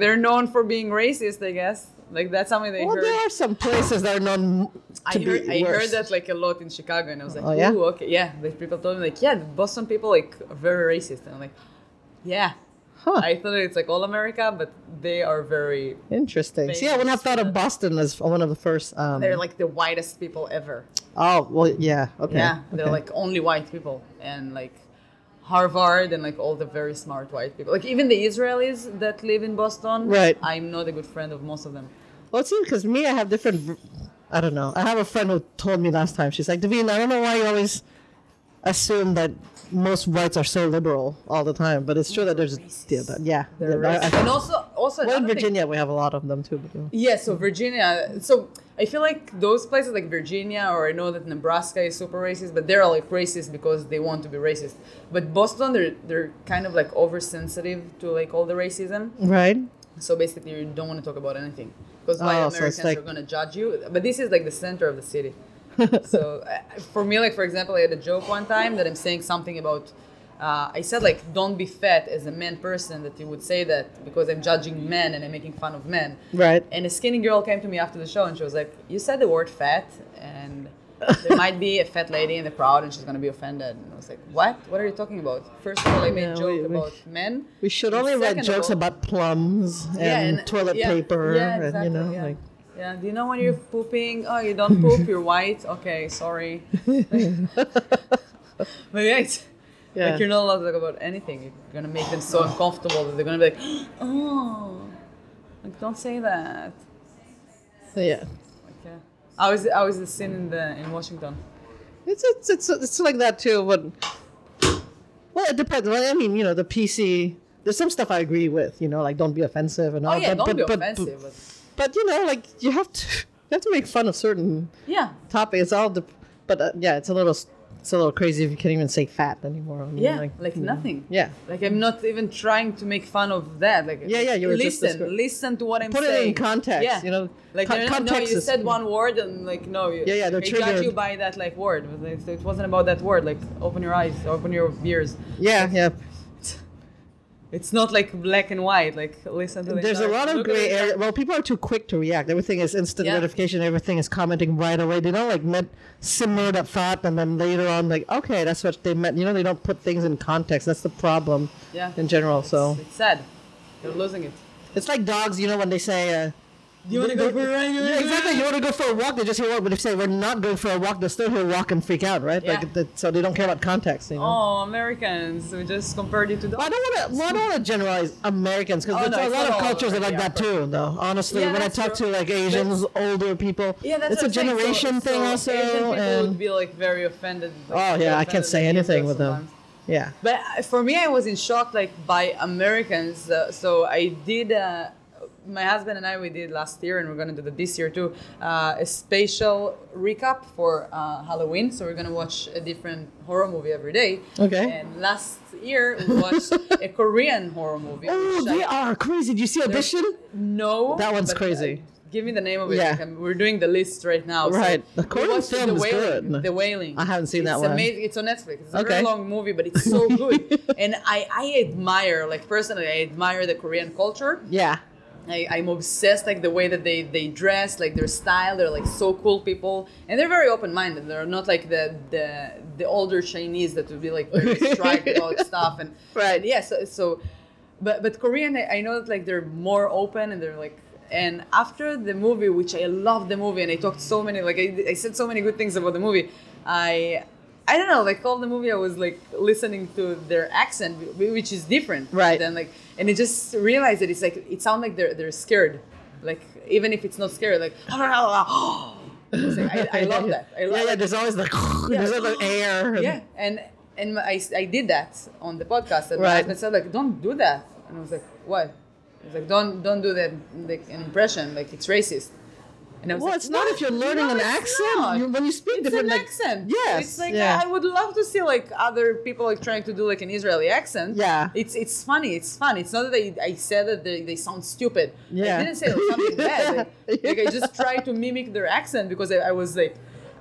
S1: they're known for being racist, I guess. Like, that's something they
S2: well,
S1: heard.
S2: there are some places that are known to
S1: I
S2: be
S1: heard, I
S2: worse.
S1: heard that like a lot in Chicago, and I was like,
S2: Oh,
S1: oh,
S2: yeah?
S1: Ooh, okay, yeah. Like people told me like, yeah, the Boston people like are very racist, and I'm like, yeah,
S2: Huh.
S1: I thought it's like all America, but they are very.
S2: Interesting. See, I wouldn't have thought of Boston as one of the first. Um,
S1: They're like the whitest people ever.
S2: oh well, yeah. Okay.
S1: Yeah, they're
S2: okay.
S1: like only white people and like Harvard and like all the very smart white people. Like even the Israelis that live in Boston.
S2: Right.
S1: I'm not a good friend of most of them.
S2: Well, it's because me, I have different. v- I don't know. I have a friend who told me last time. She's like, Davina, I don't know why you always assume that most whites are so liberal all the time, but it's true that there's
S1: Racist.
S2: yeah, that- yeah.
S1: They're
S2: yeah, I-
S1: racist.
S2: I-
S1: and also, also (laughs)
S2: well, in
S1: another thing-
S2: Virginia, we have a lot of them too. But, yeah.
S1: Yeah, so Virginia. So I feel like those places like Virginia, or I know that Nebraska is super racist, but they're like racist because they want to be racist. But Boston, they're they're kind of like oversensitive to like all the racism.
S2: Right?
S1: So basically, you don't want to talk about anything because white
S2: Oh, so it's
S1: Americans
S2: like-
S1: are gonna judge you. But this is like the center of the city.
S2: (laughs)
S1: so uh, for me, like for example, I had a joke one time that I'm saying something about. Uh, I said like, don't be fat as a man person that you would say that because I'm judging men and I'm making fun of men.
S2: Right.
S1: And a skinny girl came to me after the show and she was like, You said the word fat, and
S2: (laughs)
S1: there might be a fat lady in the crowd and she's gonna be offended. And I was like, What? What are you talking about? First of all, I made
S2: Yeah,
S1: a
S2: we-
S1: joke
S2: we-
S1: about men.
S2: We should
S1: And
S2: only write
S1: second of
S2: jokes
S1: all-
S2: about plums and,
S1: Yeah,
S2: toilet
S1: yeah,
S2: paper
S1: yeah,
S2: and, you
S1: exactly,
S2: know,
S1: yeah.
S2: like.
S1: Yeah, do you know when you're pooping? Oh, you don't poop, you're white. Okay, sorry.
S2: (laughs)
S1: (laughs) but yeah, it's,
S2: Yeah.
S1: like you're not allowed to talk about anything. You're gonna make them so uncomfortable that they're gonna be like, (gasps) Oh, like don't say that.
S2: Yeah.
S1: Yeah. I was I was the scene in the in Washington.
S2: Oh, It's, it's it's it's like that too, but well, it depends. Well, I mean, you know, the PC. There's some stuff I agree with, you know, like don't be offensive and all.
S1: Oh yeah,
S2: but,
S1: don't
S2: but,
S1: be
S2: but,
S1: offensive.
S2: But,
S1: But,
S2: but, you know, like you have to (laughs) you have to make fun of certain
S1: yeah,
S2: topics. It's all the, but uh, yeah, it's a little s- it's a little crazy if you can't even say fat anymore. I mean,
S1: yeah,
S2: like,
S1: like, nothing.
S2: yeah.
S1: Like I'm not even trying to make fun of that. Like
S2: Yeah, yeah, you were just
S1: listen,
S2: descri-
S1: listen to what I'm
S2: Put it in
S1: saying.
S2: context,
S1: Yeah.
S2: you know.
S1: Like
S2: Con-
S1: they're not- no,
S2: context
S1: you
S2: is-
S1: said one word and like no, you,
S2: Yeah, yeah, they're
S1: they judge you
S2: triggered.
S1: by that like word. It was- It wasn't about that word. Like open your eyes, open your ears.
S2: Yeah, yeah.
S1: It's not like black and white. Like listen to. the
S2: There's a
S1: entire-
S2: lot of
S1: look at
S2: gray
S1: the
S2: area.
S1: entire-
S2: Well, people are too quick to react. Everything is instant
S1: Yeah.
S2: notification. Everything is commenting right away. They don't like met, simmer that thought and then later on, like, okay, that's what they meant. You know, they don't put things in context. That's the problem
S1: Yeah.
S2: in general. So
S1: It's sad. You're losing it.
S2: it's like dogs, you know, when they say, uh,
S1: You wanna go for a run? You wanna
S2: yeah,
S1: go-
S2: exactly. You want to go for a walk, they just hear walk. But if you say we're not going for a walk, they'll still hear walk and freak out, right?
S1: Yeah.
S2: Like, that, so they don't care about context. You know?
S1: Oh, Americans! We just compared you to the.
S2: But I don't want to. Well, I don't want to generalize Americans
S1: Oh,
S2: because there's
S1: no,
S2: a
S1: it's
S2: lot
S1: not
S2: of
S1: all
S2: cultures that are
S1: over,
S2: like
S1: yeah,
S2: that too. Though honestly,
S1: Yeah,
S2: when I
S1: that's
S2: talk
S1: true.
S2: to like Asians, older people,
S1: Yeah, that's
S2: it's
S1: what
S2: a
S1: I'm saying. So-
S2: generation thing
S1: so
S2: also.
S1: Asian people would
S2: and
S1: be like very offended. like,
S2: oh
S1: very
S2: yeah, I
S1: offended
S2: can't say
S1: at Israel
S2: anything with them.
S1: sometimes.
S2: Yeah.
S1: But uh, for me, I was in shock, like by Americans. Uh, so I did. Uh, my husband and I we did last year, and we're gonna do that this year too. Uh, a spatial recap for uh, Halloween. So we're gonna watch a different horror movie every day.
S2: Okay.
S1: And last year we
S2: (laughs)
S1: watched a Korean horror movie.
S2: Oh,
S1: which I-
S2: they are crazy. Did you see audition?
S1: no.
S2: That one's
S1: but,
S2: crazy.
S1: uh, give me the name of it.
S2: Yeah.
S1: like, I'm- we're doing the list right now. so
S2: Right. The
S1: we
S2: Korean
S1: watched
S2: film
S1: the
S2: is
S1: wailing,
S2: good.
S1: The Wailing.
S2: I haven't seen that
S1: It's
S2: one.
S1: amazing. It's on Netflix. It's a
S2: Okay.
S1: very long movie, but it's so
S2: (laughs)
S1: good. and I, I admire, like personally, I admire the Korean culture.
S2: Yeah.
S1: I, I'm obsessed, like the way that they, they dress, like their style. They're like so cool people, and they're very open minded. They're not like the, the the older Chinese that would be like (laughs) very strict about stuff and
S2: Right.
S1: and yeah. So, so but but Korean, I, I know that like they're more open and they're like. And after the movie, which I loved the movie, and I talked so many, like I, I said so many good things about the movie. I I don't know, like all the movie, I was like listening to their accent, wh- which is different
S2: Right.
S1: than like and it just realized that it's like it sounds like they're they're scared like even if it's not scary like (gasps) It's like, I, I love that I love
S2: (laughs) yeah, yeah.
S1: that.
S2: There's always the (laughs) there's all the air. and-
S1: yeah and and I, I did that on the podcast and
S2: Right.
S1: my husband said like don't do that and I was like what I was like don't don't do that like an impression like it's racist and I was
S2: Well,
S1: like,
S2: it's not if you're
S1: "What?
S2: learning
S1: No,
S2: an
S1: it's
S2: accent
S1: not."
S2: you, when you speak
S1: it's
S2: different.
S1: an
S2: like,
S1: accent.
S2: Yes.
S1: it's like
S2: yeah.
S1: I would love to see like other people like trying to do like an Israeli accent.
S2: Yeah.
S1: it's it's funny. It's fun. It's not that I, I said that they, they sound stupid.
S2: Yeah.
S1: I didn't say like,
S2: (laughs)
S1: something bad. Like, like, I just tried to mimic their accent because I, I was like,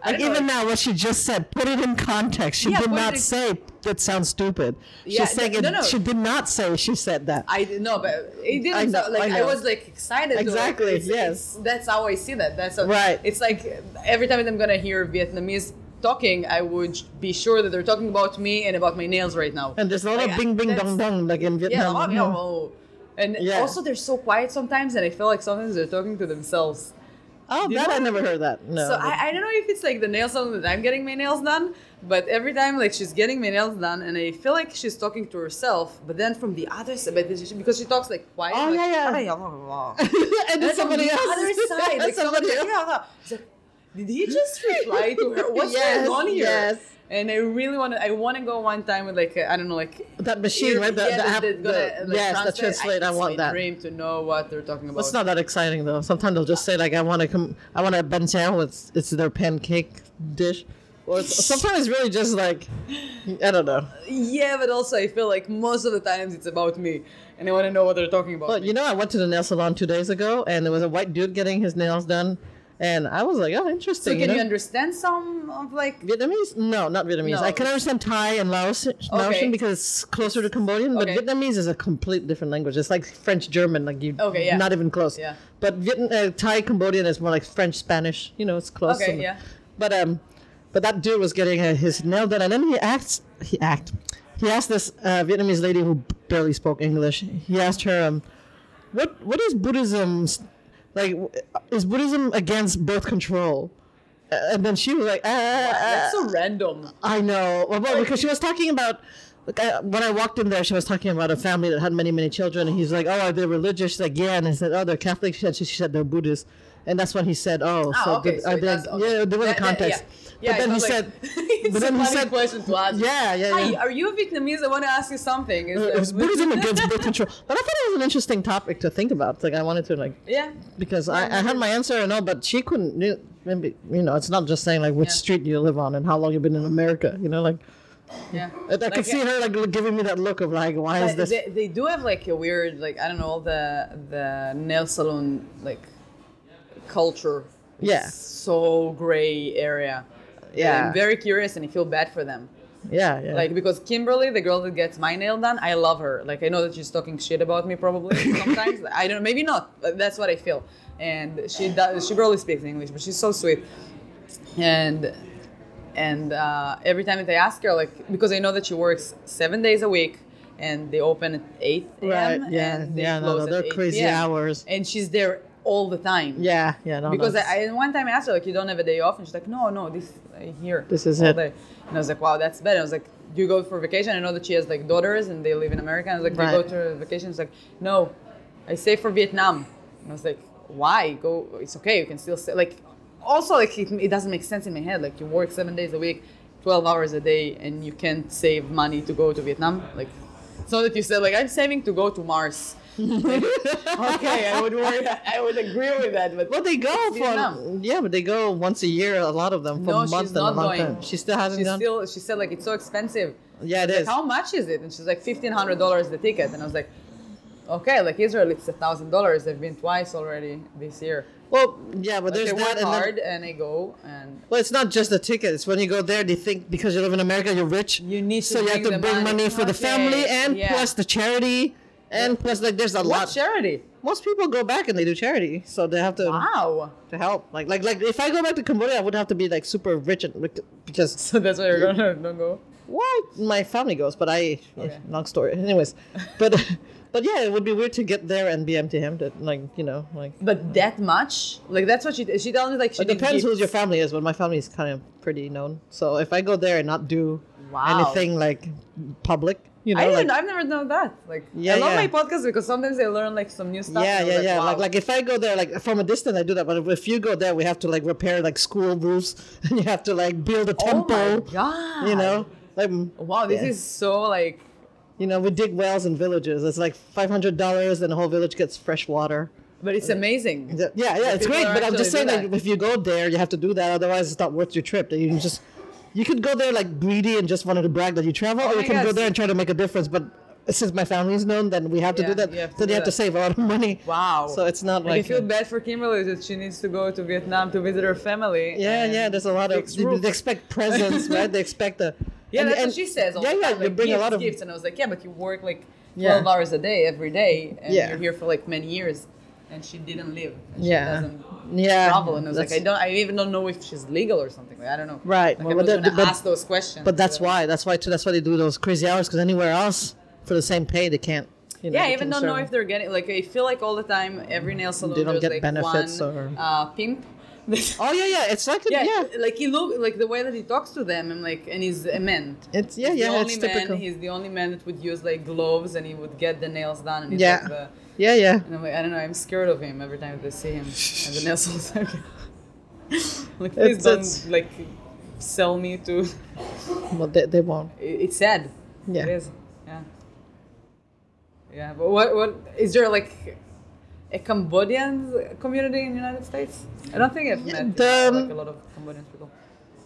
S1: I
S2: Like
S1: don't know,
S2: even
S1: like-
S2: now, what she just said, put it in context. She
S1: Yeah,
S2: did
S1: put it
S2: not
S1: in-
S2: say that sounds stupid.
S1: Yeah,
S2: She's saying
S1: no,
S2: it,
S1: no, no.
S2: she did not say she said that.
S1: I didn't know, but it didn't.
S2: I know,
S1: sound- like
S2: I
S1: I,
S2: know.
S1: was like excited. to, like,
S2: Exactly,
S1: it's-
S2: yes.
S1: it's- that's how I see that. That's how,
S2: Right.
S1: It's like every time that I'm gonna hear Vietnamese talking, I would be sure that they're talking about me and about my nails right now.
S2: And there's a lot
S1: Like,
S2: of
S1: I-
S2: bing bing
S1: Oh, that's-
S2: dong dong like in
S1: Yeah,
S2: Vietnam.
S1: oh,
S2: you
S1: yeah,
S2: know.
S1: oh. And
S2: Yeah.
S1: also, they're so quiet sometimes, and I feel like sometimes they're talking to themselves.
S2: Oh,
S1: You
S2: that
S1: know-
S2: I never heard that. No.
S1: So I, I don't know if it's like the nail salon that I'm getting my nails done, but every time like she's getting my nails done, and I feel like she's talking to herself, but then from the other side, but she- because she talks like quiet,
S2: Oh,
S1: like,
S2: yeah, yeah. (laughs) and
S1: And
S2: then
S1: then from
S2: somebody
S1: the
S2: else. (laughs)
S1: other side, like somebody else. Yeah, yeah. It's like, did he just reply to her?
S2: (laughs)
S1: What's
S2: Yes,
S1: going on here?
S2: yes.
S1: And I really want to. I want to go one time with like I I don't know, like
S2: That machine, right? The,
S1: yeah,
S2: the app.
S1: that's
S2: the-
S1: gonna, like,
S2: yes, the
S1: translate.
S2: translate. I,
S1: it's
S2: want
S1: my
S2: that.
S1: Dream to know what they're talking about.
S2: It's not that exciting though. Sometimes they'll just say like, "I want to come. I want a banchan with it's their pancake dish." Or it's, sometimes it's really just like, I don't know.
S1: Yeah, but also I feel like most of the times it's about me, and I want to know what they're talking about.
S2: But you know, I went to the nail salon two days ago, and there was a white dude getting his nails done, and I was like, "Oh,
S1: so
S2: interesting."
S1: can
S2: you know?
S1: you understand some of like?
S2: Vietnamese? No, not Vietnamese.
S1: No.
S2: I can understand Thai and Laos, Laotian because it's closer to Cambodian,
S1: Okay.
S2: but Vietnamese is a complete different language. It's like French German, like you,
S1: Okay, yeah.
S2: not even close.
S1: Yeah.
S2: But Viet- uh, Thai Cambodian is more like French Spanish. You know, it's close.
S1: Okay,
S2: and-
S1: yeah.
S2: But um, but that dude was getting uh, his nail done, and then he asked, he act, he asked this uh, Vietnamese lady who barely spoke English. He asked her, um, what what is Buddhism like? w- Is Buddhism against birth control? Uh, And then she was like, ah,
S1: That's so random. Ah,
S2: I know. Well, well, because she was talking about like, I, when I walked in there, she was talking about a family that had many, many children. And he's like, "Oh, are they religious?" She's like, "Yeah." And I said, "Oh, they're Catholic." She said, she, she said they're Buddhist. And that's when he said, "Oh,
S1: Ah,
S2: so
S1: okay,
S2: did-
S1: so
S2: are
S1: it
S2: they?"
S1: does- okay.
S2: Yeah, there was a
S1: That- that-
S2: context.
S1: Yeah, yeah
S2: but then
S1: it
S2: he
S1: was like-
S2: said,
S1: (laughs) it's
S2: but then
S1: a
S2: he
S1: funny
S2: said,
S1: question to ask.
S2: "Yeah, yeah,
S1: Hi,
S2: yeah."
S1: are you Vietnamese? I want to ask you something. Is
S2: It
S1: that-
S2: was Buddhism against birth control, but I thought it was an interesting topic to think about. Like I wanted to like
S1: Yeah.
S2: because I, I had my answer and all, but she couldn't. you- Maybe you know, it's not just saying like which
S1: Yeah.
S2: street you live on and how long you've been in America. You know, like
S1: Yeah.
S2: I, I could see her like giving me that look of like, why is
S1: But
S2: this?
S1: They, they do have like a weird, like I don't know, the the nail salon like culture. is
S2: Yeah.
S1: So gray area.
S2: Yeah.
S1: And I'm very curious, and I feel bad for them.
S2: yeah, yeah.
S1: Like because Kimberly, the girl that gets my nail done, I love her. Like I know that she's talking shit about me
S2: (laughs)
S1: probably sometimes. I don't know, maybe not. But that's what I feel. And she does. She barely speaks English, but she's so sweet. And and uh, every time that I ask her, like because I know that she works seven days a week. And they open at 8 a.m.
S2: Right, yeah,
S1: and they
S2: yeah, no,
S1: close
S2: no,
S1: at
S2: they're
S1: 8
S2: crazy
S1: p.m..
S2: hours.
S1: And she's there all the time.
S2: yeah, yeah. No, no,
S1: Because
S2: it's-
S1: I, I one time I asked her like, you don't have a day off, and she's like, no, no, this uh, here.
S2: This is
S1: all
S2: it.
S1: Day. And I was like, wow, that's bad. I was like, do you go for vacation? I know that she has like daughters and they live in America. And I was like, do
S2: Right.
S1: you go to vacation? She's like, no, I stay for Vietnam. And I was like, why? Go, it's okay. You can still stay. Like, also like it, it doesn't make sense in my head. Like you work seven days a week, twelve hours a day, and you can't save money to go to Vietnam. Like, it's not that you said like I'm saving to go to
S2: (laughs)
S1: Mars. (laughs) Like, okay, I would worry. I would agree with that, but
S2: well, they go for
S1: Vietnam.
S2: yeah, but they go once a year. A lot of them for
S1: No,
S2: a
S1: she's
S2: month and a
S1: not
S2: long
S1: going.
S2: time. She still hasn't
S1: She's
S2: done.
S1: still, she said like it's so expensive.
S2: yeah, it
S1: Like,
S2: is.
S1: how much is it? And she's like fifteen hundred dollars the ticket. And I was like, okay, like Israel, it's a thousand dollars. I've been twice already this year.
S2: Well, yeah, but
S1: But
S2: there's
S1: they
S2: that.
S1: work
S2: And then,
S1: hard and I go and
S2: well, it's not just the tickets. When you go there, they think because you live in America, you're rich.
S1: You need to
S2: so you have
S1: bring
S2: to
S1: the
S2: bring
S1: money.
S2: money, for the
S1: Okay,
S2: family and
S1: yeah.
S2: plus the charity and plus like there's a
S1: what
S2: lot.
S1: charity?
S2: Most people go back and they do charity, so they have to.
S1: Wow. (laughs)
S2: to help. Like like like if I go back to Cambodia, I would have to be like super rich and rich because
S1: So that's why you're gonna (laughs) don't go.
S2: well, my family goes, but I
S1: Okay.
S2: long story. Anyways, but (laughs) but yeah, it would be weird to get there and be empty-handed. Like you know, like
S1: But that much? Like that's what she she tells me like she
S2: it
S1: did
S2: depends who
S1: gifts.
S2: your family is. But my family is kind of pretty known, so if I go there and not do
S1: Wow.
S2: anything like public, you know,
S1: I
S2: like,
S1: didn't. I've never known that. Like,
S2: Yeah,
S1: I love
S2: yeah.
S1: my podcast because sometimes I learn like some new stuff.
S2: yeah,
S1: and I
S2: yeah,
S1: was
S2: yeah.
S1: wow.
S2: Like, like if I go there, like from a distance, I do that. But if, if you go there, we have to like repair like school roofs, (laughs) and you have to like build a temple.
S1: oh my god,
S2: You know, like mm,
S1: Wow, this
S2: yeah.
S1: is so like
S2: You know, we dig wells in villages. It's like five hundred dollars, and the whole village gets fresh water.
S1: But it's amazing.
S2: Yeah, yeah, it's
S1: people
S2: great.
S1: are
S2: But I'm
S1: actually
S2: just saying
S1: do
S2: that.
S1: that.
S2: if you go there, you have to do that. Otherwise, it's not worth your trip. You can just, you could go there like greedy and just wanted to brag that you travel, or
S1: Oh my
S2: you can go
S1: gosh.
S2: there and try to make a difference. But since my family is known, then we have to
S1: Yeah,
S2: do that.
S1: you have to
S2: then
S1: do
S2: you have to
S1: that.
S2: save a lot of money.
S1: Wow.
S2: So it's not
S1: Like, I
S2: like. uh,
S1: feel bad for Kimberly that she needs to go to Vietnam to visit her family.
S2: yeah,
S1: and
S2: yeah. There's a lot of
S1: fix
S2: they,
S1: roof.
S2: they expect
S1: (laughs)
S2: presents, right? They expect a.
S1: Yeah,
S2: and-
S1: that's
S2: and-
S1: what she says. All
S2: yeah,
S1: the
S2: yeah.
S1: time,
S2: you
S1: like,
S2: bring
S1: gifts,
S2: a lot of
S1: gifts, and I was like, yeah, but you work like
S2: Yeah.
S1: twelve hours a day every day, and
S2: Yeah.
S1: you're here for like many years. and she didn't live. And She
S2: Yeah.
S1: doesn't
S2: Yeah,
S1: travel. And I was like,
S2: that's-
S1: I don't. I even don't know if she's legal or something. Like, I don't know.
S2: Right,
S1: Like,
S2: well,
S1: I'm
S2: but
S1: not
S2: that-
S1: gonna
S2: but-
S1: ask those questions.
S2: But that's why. That's why too. That's why they do those crazy hours because anywhere else for the same pay they can't. You know,
S1: Yeah, I
S2: they
S1: even
S2: can't
S1: don't know
S2: serve.
S1: if they're getting like I feel like all the time every nail salon
S2: They don't
S1: there's
S2: get
S1: like
S2: benefits
S1: one
S2: or-
S1: uh, pimp. (laughs)
S2: Oh yeah, yeah. It's like yeah.
S1: yeah, like he look like the way that he talks to them. I'm like, and he's a man.
S2: It's yeah,
S1: He's the
S2: yeah.
S1: only
S2: It's
S1: man,
S2: typical.
S1: He's the only man that would use like gloves and he would get the nails done. And he's
S2: Yeah.
S1: Like the,
S2: Yeah, yeah.
S1: and I'm like, I don't know. I'm scared of him every time that I see him at the nail (laughs) salon. like, please
S2: It's-
S1: don't
S2: it's-
S1: like sell me to. (laughs) It-
S2: Well, they, they won't.
S1: It's sad.
S2: Yeah.
S1: It is. Yeah. Yeah, but what what is there like a Cambodian community in the United States? I don't think I've met
S2: the- um,
S1: like a lot of Cambodian people.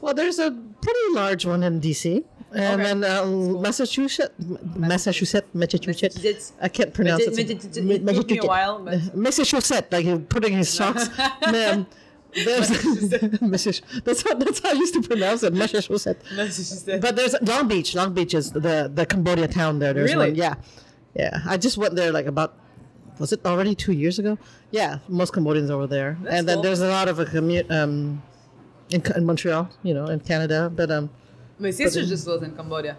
S2: Well, there's a pretty large one in D.C. and
S1: Okay.
S2: then uh, Massachusetts, Massachusetts, Massachusetts.
S1: Massachusetts.
S2: I can't pronounce it.
S1: Massachusetts. It took me a while, but-
S2: (laughs) Massachusetts, like you're putting his
S1: (laughs)
S2: socks. Man, there's (laughs) Massachusetts. that's how that's how I used to pronounce it. Massachusetts.
S1: (laughs)
S2: But there's Long Beach. Long Beach is the the Cambodia town there. There's
S1: Really?
S2: one. Yeah, yeah. I just went there like about was it already two years ago? Yeah, most Cambodians over there.
S1: That's
S2: and then
S1: cool.
S2: there's a lot of a commute um, in, in Montreal, you know, in Canada. But um,
S1: My sister just was in Cambodia.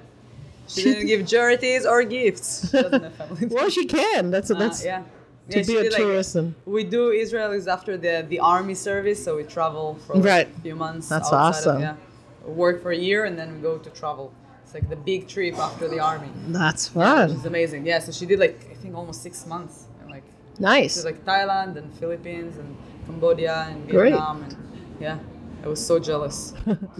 S1: She didn't give charities or gifts. She doesn't have
S2: (laughs)
S1: family.
S2: well, she can. That's
S1: Uh,
S2: that's
S1: yeah.
S2: to
S1: Yeah, she
S2: be a
S1: did, like,
S2: tourist and-
S1: we do Israelis after the the army service, so we travel for like,
S2: Right.
S1: a few months.
S2: That's
S1: outside
S2: awesome.
S1: Of, yeah, work for a year and then we go to travel. It's like the big trip after the army.
S2: that's
S1: Which is
S2: fun.
S1: amazing. Yeah, so she did like I think almost six months. And, like she
S2: Nice.
S1: did like Thailand and Philippines and Cambodia and
S2: Great.
S1: Vietnam and yeah. I was so
S2: (laughs)
S1: jealous.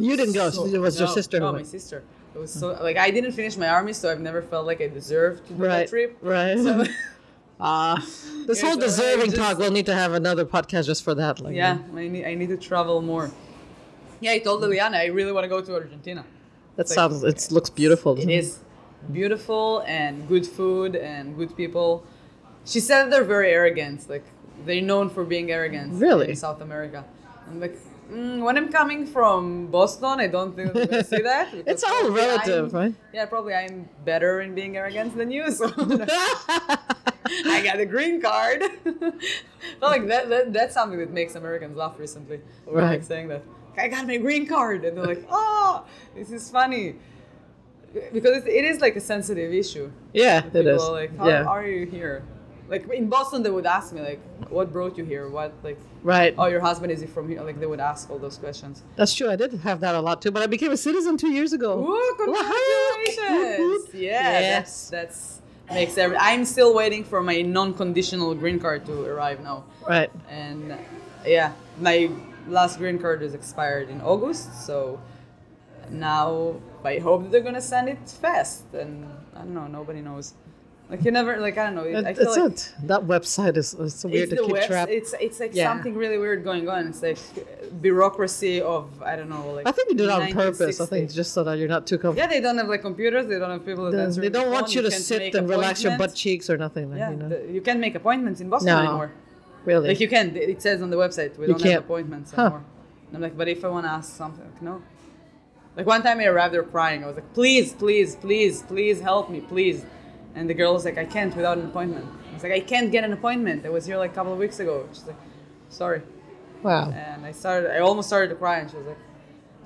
S2: you didn't go.
S1: So-
S2: it was your
S1: no,
S2: sister. who
S1: No, my
S2: went.
S1: sister. It was so like I didn't finish my army, so I've never felt like I deserved to do
S2: Right.
S1: that trip.
S2: Right.
S1: So,
S2: (laughs) Ah,
S1: (laughs)
S2: this
S1: Yeah,
S2: whole
S1: so I
S2: deserving
S1: just-
S2: talk. We'll need to have another podcast just for that. Like,
S1: yeah, I need, I need to travel more. Yeah, I told Liliana I really want to go to Argentina.
S2: that
S1: like-
S2: sounds. It looks beautiful.
S1: It
S2: doesn't
S1: is beautiful and good food and good people. She said they're very arrogant. Like they're known for being arrogant.
S2: Really?
S1: In South America. I'm like, mm, when I'm coming from Boston, I don't think I'm gonna see
S2: (laughs)
S1: that. because
S2: all
S1: probably
S2: relative,
S1: I'm-
S2: right?
S1: Yeah, probably I'm better in being arrogant than you. (laughs) So
S2: (laughs)
S1: (laughs) I got a green card. (laughs) but like that, that, that's something that makes Americans laugh recently. We're,
S2: Right.
S1: Like saying that I got my green card, and they're like, "Oh, this is funny," because it, it is like a sensitive issue.
S2: Yeah, it
S1: People
S2: is.
S1: are like, "How
S2: yeah.
S1: are you here?" Like in Boston, they would ask me like, "What brought you here? What like?"
S2: Right.
S1: Oh, your husband is he from here? Like they would ask all those questions.
S2: That's true. I did have that a lot too, but I became a citizen two years ago.
S1: Ooh, congratulations!
S2: (laughs) Woohoo!
S1: yeah,
S2: Oh. Yes.
S1: that's that's makes every. I'm still waiting for my non-conditional green card to arrive now,
S2: Right.
S1: and uh, yeah, my last green card is expired in August, so now I hope that they're gonna send it fast. And I don't know, nobody knows. Like you never, like I don't know.
S2: It-
S1: I
S2: it's
S1: feel like
S2: it. That website is it's
S1: it's
S2: weird to
S1: the
S2: keep
S1: webs-
S2: track.
S1: It's it's like
S2: Yeah.
S1: something really weird going on. It's like bureaucracy of I don't know. Like
S2: I think they do it on purpose. I
S1: 1960.
S2: think just so that you're not too comfortable.
S1: Yeah, they don't have like computers. They don't have people. That answer
S2: they
S1: the
S2: don't want
S1: phone,
S2: you to
S1: can't
S2: sit
S1: make
S2: and relax your butt
S1: appointments.
S2: cheeks or nothing. Like,
S1: Yeah,
S2: you know,
S1: the- you can't make appointments in Boston
S2: No.
S1: anymore.
S2: really.
S1: Like you can. It says on the website we
S2: You
S1: don't
S2: can't.
S1: have appointments
S2: Huh.
S1: anymore. And I'm like, but if I want to ask something, like, no. Like one time I arrived there crying. I was like, please, please, please, please help me, please. And the girl was like, I can't without an appointment. I was like, I can't get an appointment. I was here like a couple of weeks ago. She's like, sorry.
S2: wow.
S1: (laughs)
S2: (laughs)
S1: And I started, I almost started to cry, and she was like,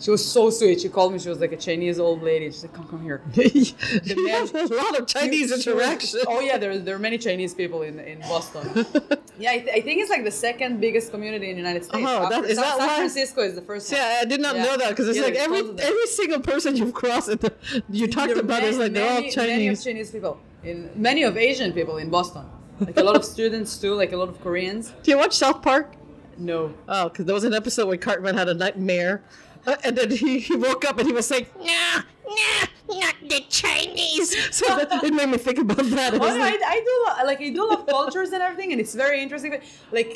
S1: she was so sweet. She called me. She was like a Chinese old lady. She's like, come, come here.
S2: you
S1: man-
S2: have a lot of Chinese
S1: She- she was-
S2: interaction. (laughs)
S1: Oh yeah, there, there are many Chinese people in, in Boston. yeah, I, th- I think it's like the second biggest community in the United States.
S2: Oh, that-
S1: After
S2: is
S1: San,
S2: that
S1: San
S2: why?
S1: Francisco is the first.
S2: Yeah, I did not
S1: Yeah.
S2: know that because it's
S1: Yeah,
S2: like
S1: there's
S2: every
S1: tons of them.
S2: every single person you've crossed, (laughs) it, you
S1: one.
S2: talked
S1: There are
S2: about is
S1: many-
S2: like they're all
S1: many- Many of
S2: Chinese.
S1: Chinese people, in many of Asian people in Boston. Like a lot of students too, like a lot of Koreans.
S2: Do you watch South Park?
S1: No,
S2: Oh, because there was an episode where Cartman had a nightmare, uh, and then he, he woke up and he was like, "Nah, nah, not the Chinese." (laughs) So that, it made me think about that. It
S1: Oh,
S2: was
S1: no, I,
S2: like,
S1: I do lo- like I do love cultures and everything, and it's very interesting. But like,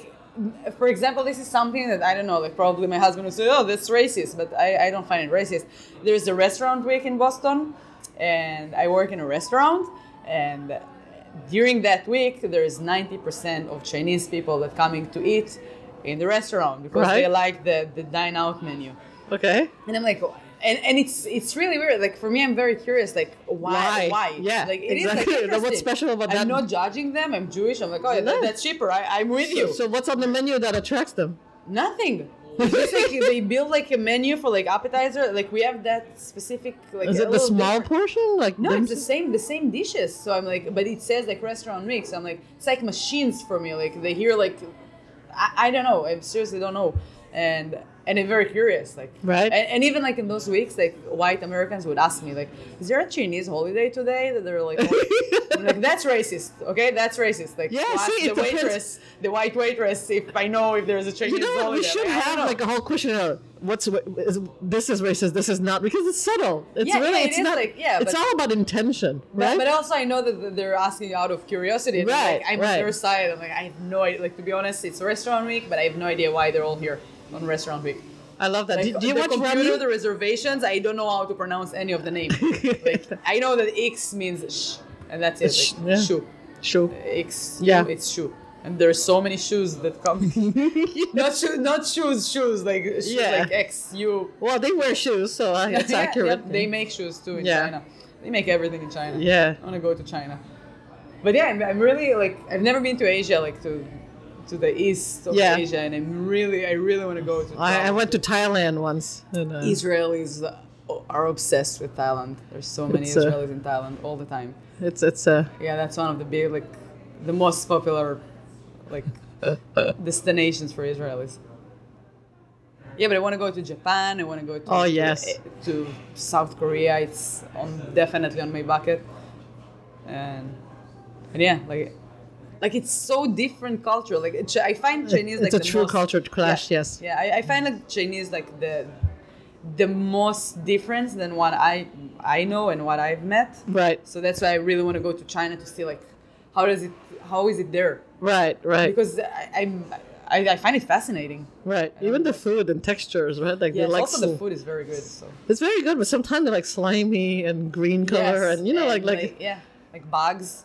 S1: for example, this is something that I don't know. Like probably my husband would say, "Oh, that's racist," but I, I don't find it racist. There's a restaurant week in Boston, and I work in a restaurant, and during that week there is 90% of Chinese people that coming to eat in the restaurant because they
S2: Right.
S1: like the the dine out menu.
S2: okay,
S1: And I'm like, and and it's it's really weird. Like for me, I'm very curious. Like why?
S2: Why?
S1: Why?
S2: Yeah,
S1: Like it is
S2: exactly. (laughs)
S1: like
S2: Like, what's
S1: interesting.
S2: special about
S1: I'm
S2: that?
S1: not judging them. I'm Jewish. I'm like, oh,
S2: No.
S1: that, that's cheaper. I, I'm with you.
S2: So, so what's on the menu that attracts them?
S1: Nothing. It's just like (laughs) they build like a menu for like appetizer. Like we have that specific. Like
S2: Is
S1: a
S2: it the
S1: little
S2: small
S1: different-
S2: portion? Like
S1: No,
S2: dim
S1: it's the
S2: sum?
S1: same, the same dishes. So I'm like, but it says like restaurant mix. I'm like, it's like machines for me. Like they hear like, I, I don't know. I seriously don't know, and and I'm very curious. Like
S2: Right.
S1: And, and even like in those weeks, like white Americans would ask me like, is there a Chinese holiday today? That they're like, I'm like that's racist. Okay, that's racist. Like
S2: Yeah,
S1: to ask
S2: see, it
S1: the
S2: depends.
S1: waitress, the white waitress, if I know if there's a Chinese
S2: You know what?
S1: holiday.
S2: We should
S1: Like, I
S2: have
S1: don't know.
S2: like a whole question of what's is, this is racist, this is not because it's subtle. It's
S1: Yeah,
S2: really
S1: yeah, it
S2: it's
S1: is,
S2: not
S1: like, yeah,
S2: It's
S1: but-
S2: all about intention,
S1: But,
S2: right?
S1: but also, I know that th- they're asking out of curiosity. And
S2: Right,
S1: Like, I'm
S2: right.
S1: on their side. I'm like, I have no idea. Like, to be honest, it's restaurant week, but I have no idea why they're all here on restaurant week.
S2: I love that.
S1: Like,
S2: Uh, do, do you
S1: the
S2: watch
S1: computer,
S2: Remy?
S1: the reservations, I don't know how to pronounce any of the
S2: (laughs)
S1: name. like, I know that X means sh, and that's it.
S2: Sh-
S1: Like,
S2: yeah.
S1: Shoe. (laughs)
S2: Sure.
S1: X,
S2: Yeah.
S1: shoe, it's shoe. And there's so many shoes that
S2: (laughs)
S1: come. not shoes, not shoes, shoes. Like, shoes,
S2: Yeah.
S1: like X, U.
S2: Well, they wear shoes, so uh, (laughs) it's
S1: (laughs) Yeah,
S2: accurate.
S1: yeah, they make shoes too in
S2: Yeah.
S1: China. They make everything in China.
S2: Yeah.
S1: I want to go to China. But yeah, I'm, I'm really like I've never been to Asia, like to to the east of
S2: Yeah.
S1: Asia, and I'm really I really want to go to.
S2: I, I
S1: Thailand.
S2: went to Thailand once. And, uh,
S1: Israelis are obsessed with Thailand. There's so many
S2: It's, uh,
S1: Israelis in Thailand all the time.
S2: it's it's uh,
S1: Yeah, that's one of the big like the most popular like destinations for Israelis. Yeah, but I want to go to Japan. I want to go to
S2: Oh, yes.
S1: to South Korea. It's on definitely on my bucket. And and yeah, like like it's so different culture. Like it- I find Chinese like
S2: it's a
S1: the
S2: true
S1: most-
S2: culture clash,
S1: Yeah.
S2: yes.
S1: Yeah, I, I find like Chinese like the the most difference than what I I know and what I've met.
S2: Right,
S1: So that's why I really want to go to China to see like how does it how is it there
S2: right, right,
S1: because I, I'm I, I find it fascinating.
S2: right. Even the food and textures, right? Like
S1: Yeah,
S2: they like
S1: also
S2: sl-
S1: the food is very good. So
S2: It's very good, but sometimes they're like slimy and green (laughs) color,
S1: Yes,
S2: and you know, like like,
S1: yeah, like bugs.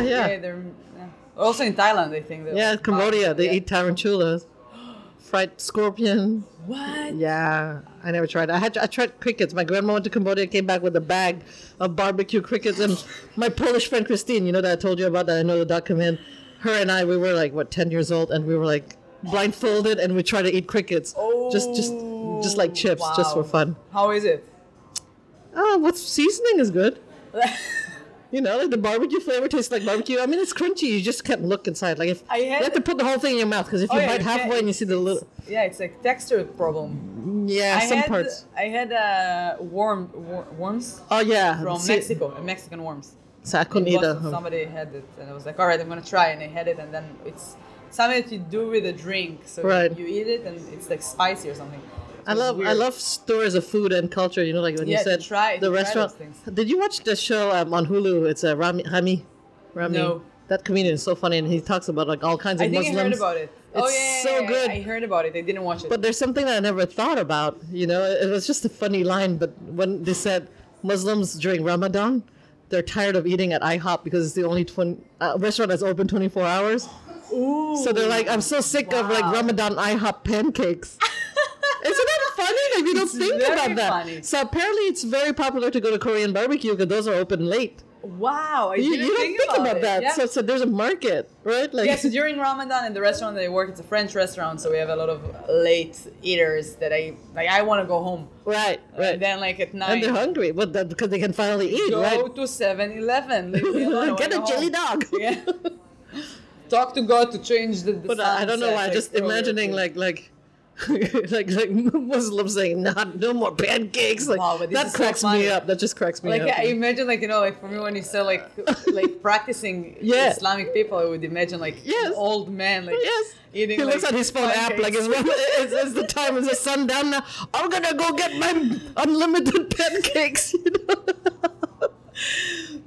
S1: Yeah,
S2: yeah,
S1: they're yeah. also in Thailand. I think. they're
S2: yeah.
S1: like
S2: Cambodia,
S1: bugs,
S2: they
S1: yeah.
S2: eat tarantulas, fried scorpion.
S1: what?
S2: Yeah, I never tried. I had I tried crickets. My grandma went to Cambodia, came back with a bag of barbecue crickets, and my Polish friend Christine, you know that I told you about that I know the doc came in. Her and I, we were like what ten years old, and we were like blindfolded, and we tried to eat crickets, just just just like chips, just for
S1: Oh, Wow.
S2: fun.
S1: How is it?
S2: Oh, what's seasoning is
S1: (laughs)
S2: good. You know, like the barbecue flavor tastes like barbecue. I mean, it's crunchy. You just can't look inside. Like if
S1: I had-
S2: you have to put the whole thing in your mouth because if
S1: Oh,
S2: you
S1: yeah,
S2: bite
S1: you can't-
S2: halfway and you see the little
S1: yeah, it's like texture problem.
S2: yeah
S1: I
S2: some
S1: had
S2: parts.
S1: I had uh, worm, wor- worms
S2: Oh yeah,
S1: from
S2: see-
S1: Mexico, uh, Mexican worms.
S2: So I couldn't
S1: in
S2: eat
S1: Boston,
S2: that.
S1: Somebody had it, and I was like, "All right, I'm gonna try." And I had it, and then it's something that you do with a drink. So you-
S2: Right.
S1: you eat it, and it's like spicy or something.
S2: I love I love stories of food and culture. You know, like when
S1: Yeah,
S2: you
S1: to
S2: said
S1: try- to
S2: the
S1: try
S2: restaurant.
S1: those things.
S2: Did you watch the show um, on Hulu? It's uh, Rami Rami. Rami.
S1: No.
S2: That comedian is so funny, and he talks about like all kinds of
S1: I think
S2: Muslims.
S1: I heard about it. oh
S2: It's
S1: yeah, yeah,
S2: so
S1: yeah, yeah,
S2: good.
S1: I heard about it. I didn't watch it.
S2: But there's something that I never thought about. You know, it it was just a funny line. But when they said Muslims during Ramadan, they're tired of eating at IHOP because it's the only 20, uh, restaurant that's open 24 hours.
S1: Ooh.
S2: So they're like, I'm so sick of like
S1: Wow.
S2: Ramadan
S1: (laughs)
S2: IHOP pancakes. Isn't that funny? Like you don't think
S1: very
S2: about that.
S1: funny.
S2: So apparently, it's very popular to go to Korean barbecue because those are open late.
S1: wow, I
S2: You,
S1: didn't
S2: you don't
S1: think,
S2: think, about,
S1: it.
S2: that.
S1: Yeah.
S2: So, so there's a market, right? Like
S1: yeah, so during Ramadan in the restaurant that I work, it's a French restaurant, so we have a lot of late eaters that I like. I want to go home,
S2: right,
S1: and
S2: right.
S1: then like at
S2: And
S1: night,
S2: they're hungry, but that, because they can finally eat,
S1: go
S2: right?
S1: to 7-Eleven, leave me alone, I
S2: (laughs) Get
S1: wanna go
S2: a chili
S1: home. (laughs)
S2: dog.
S1: yeah. Talk to God to change the. the
S2: (laughs) But uh, I I don't know
S1: sunset,
S2: why.
S1: like, oh,
S2: just
S1: earlier,
S2: imagining
S1: too.
S2: like like. like (laughs) like Muslims saying not no more pancakes like
S1: Wow, but this
S2: that
S1: is so
S2: cracks me
S1: funny.
S2: up that just cracks me
S1: Like
S2: up
S1: I imagine, like you know, like for me when you say
S2: (laughs)
S1: like like practicing
S2: Yeah.
S1: Islamic people, I would imagine like
S2: Yes.
S1: an old man like
S2: yes
S1: eating.
S2: he looks
S1: like,
S2: at his phone app like
S1: pancakes.
S2: it's, (laughs) it's, it's the time it's the sun down now I'm gonna go get my unlimited (laughs) pancakes you know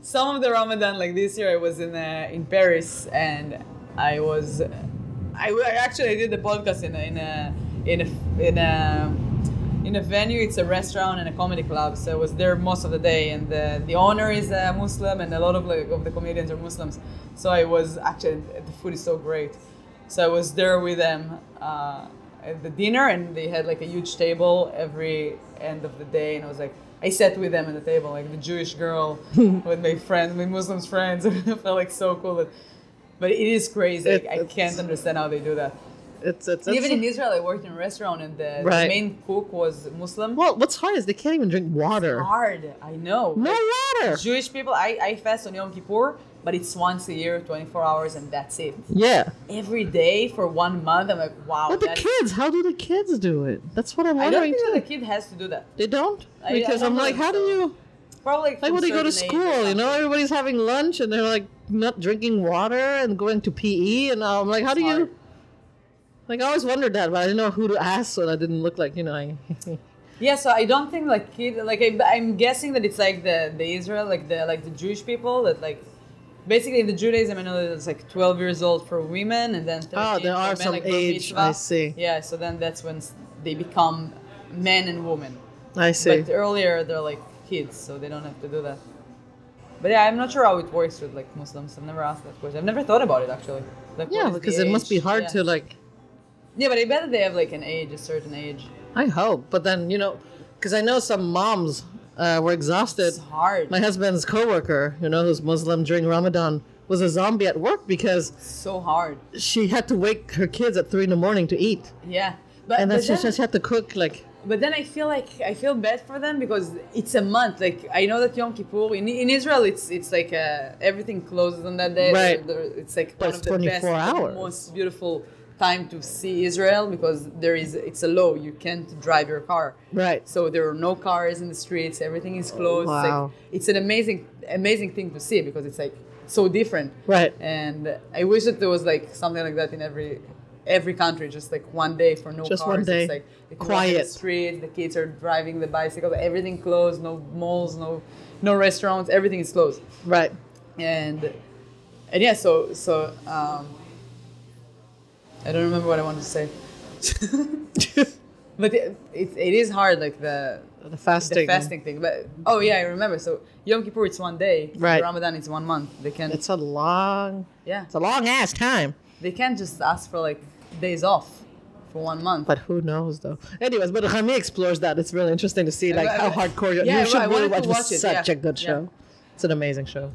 S1: some of the Ramadan like this year I was in uh, in Paris and I was I, w- I actually I did the podcast in a, in a in a in a in a venue it's a restaurant and a comedy club so I was there most of the day and the, the owner is a Muslim and a lot of like of the comedians are Muslims so I was actually the food is so great so I was there with them uh, at the dinner, and they had like a huge table every end of the day, and I was like. I sat with them at the table, like the Jewish
S2: (laughs)
S1: girl with my friends, my Muslims friends. (laughs) and I felt like so cool. that- But it is crazy.
S2: It-
S1: I can't
S2: it's-
S1: understand how they do that.
S2: It's it's, it's
S1: Even in Israel, I worked in a restaurant, and the, the
S2: Right.
S1: main cook was Muslim.
S2: well, what's hard is they can't even drink water.
S1: Hard, I know.
S2: No
S1: Like,
S2: water.
S1: Jewish people, I, I fast on Yom Kippur, but it's once a year, 24 hours, and that's it.
S2: Yeah.
S1: Every day for one month, I'm like, wow.
S2: But the
S1: that's-
S2: kids, how do the kids do it? That's what
S1: Oh,
S2: I'm
S1: I don't
S2: wondering
S1: think
S2: too.
S1: that the kid has to do that.
S2: They don't
S1: I- I
S2: because I,
S1: don't
S2: am
S1: know
S2: like,
S1: if
S2: how do
S1: so.
S2: you?
S1: Probably
S2: Like
S1: from
S2: when they go to
S1: certain age or
S2: school, you know,
S1: something.
S2: everybody's having lunch and they're like not drinking water and going to PE, and I'm like, how do
S1: Hard.
S2: you? Like I always wondered that, but I didn't know who to ask, so I didn't look like you know. I, (laughs)
S1: Yeah, so I don't think like kid like I, I'm guessing that it's like the the Israel like the like the Jewish people that like basically in the Judaism I know that it's like 12 years old for women and then 13
S2: Oh, there
S1: for
S2: are
S1: men,
S2: some
S1: like, bar
S2: age, I
S1: mitzvah.
S2: see.
S1: Yeah, so then that's when s- they become men and women.
S2: I see.
S1: But earlier they're like kids, so they don't have to do that. But yeah, I'm not sure how it works with like Muslims. I've never asked that question. I've never thought about it actually. Like, what
S2: yeah,
S1: is the
S2: because it must be
S1: age?
S2: hard
S1: yeah.
S2: to like.
S1: Yeah, but I bet that they have like an age, a certain age.
S2: I hope, but then you know, because I know some moms uh, were exhausted.
S1: It's hard.
S2: My husband's coworker, you know, who's Muslim during Ramadan, was a zombie at work because
S1: so hard.
S2: she had to wake her kids at three in the morning to eat,
S1: Yeah. But
S2: and
S1: but
S2: then she
S1: then-
S2: just had to cook like.
S1: But then I feel like I feel bad for them because it's a month. Like I know that Yom Kippur in, in Israel, it's it's like uh, everything closes on that day.
S2: Right.
S1: There- there- It's like
S2: But
S1: one
S2: it's
S1: of the best,
S2: 24 hours.
S1: most beautiful time to see Israel because there is it's a law you can't drive your car.
S2: Right.
S1: So there are no cars in the streets. Everything is closed. It's, like-
S2: Wow.
S1: it's an amazing amazing thing to see because it's like so different.
S2: Right.
S1: And I wish that there was like something like that in every every country, just like one day for no
S2: Just
S1: cars.
S2: one day.
S1: It's like you can walk in
S2: Quiet.
S1: the street, the kids are driving the bicycles, everything closed, no malls, no no restaurants, everything is closed.
S2: Right.
S1: And and yeah, so so um, I don't remember what I wanted to say. (laughs) but it, it, it is hard, like the
S2: The fasting.
S1: the fasting thing. But oh yeah, I remember. So Yom Kippur it's one day,
S2: Right.
S1: Ramadan it's one month. They can
S2: It's a long.
S1: yeah.
S2: It's a long ass time.
S1: They can't just ask for like days off for one month.
S2: But who knows though? Anyways, but Rami explores that. It's really interesting to see like
S1: I-
S2: how
S1: I-
S2: hardcore you,
S1: yeah,
S2: you
S1: I-
S2: should
S1: I
S2: really
S1: wanted to
S2: watch.
S1: watch it,
S2: It's such
S1: yeah.
S2: a good
S1: Yeah.
S2: show. It's an amazing show.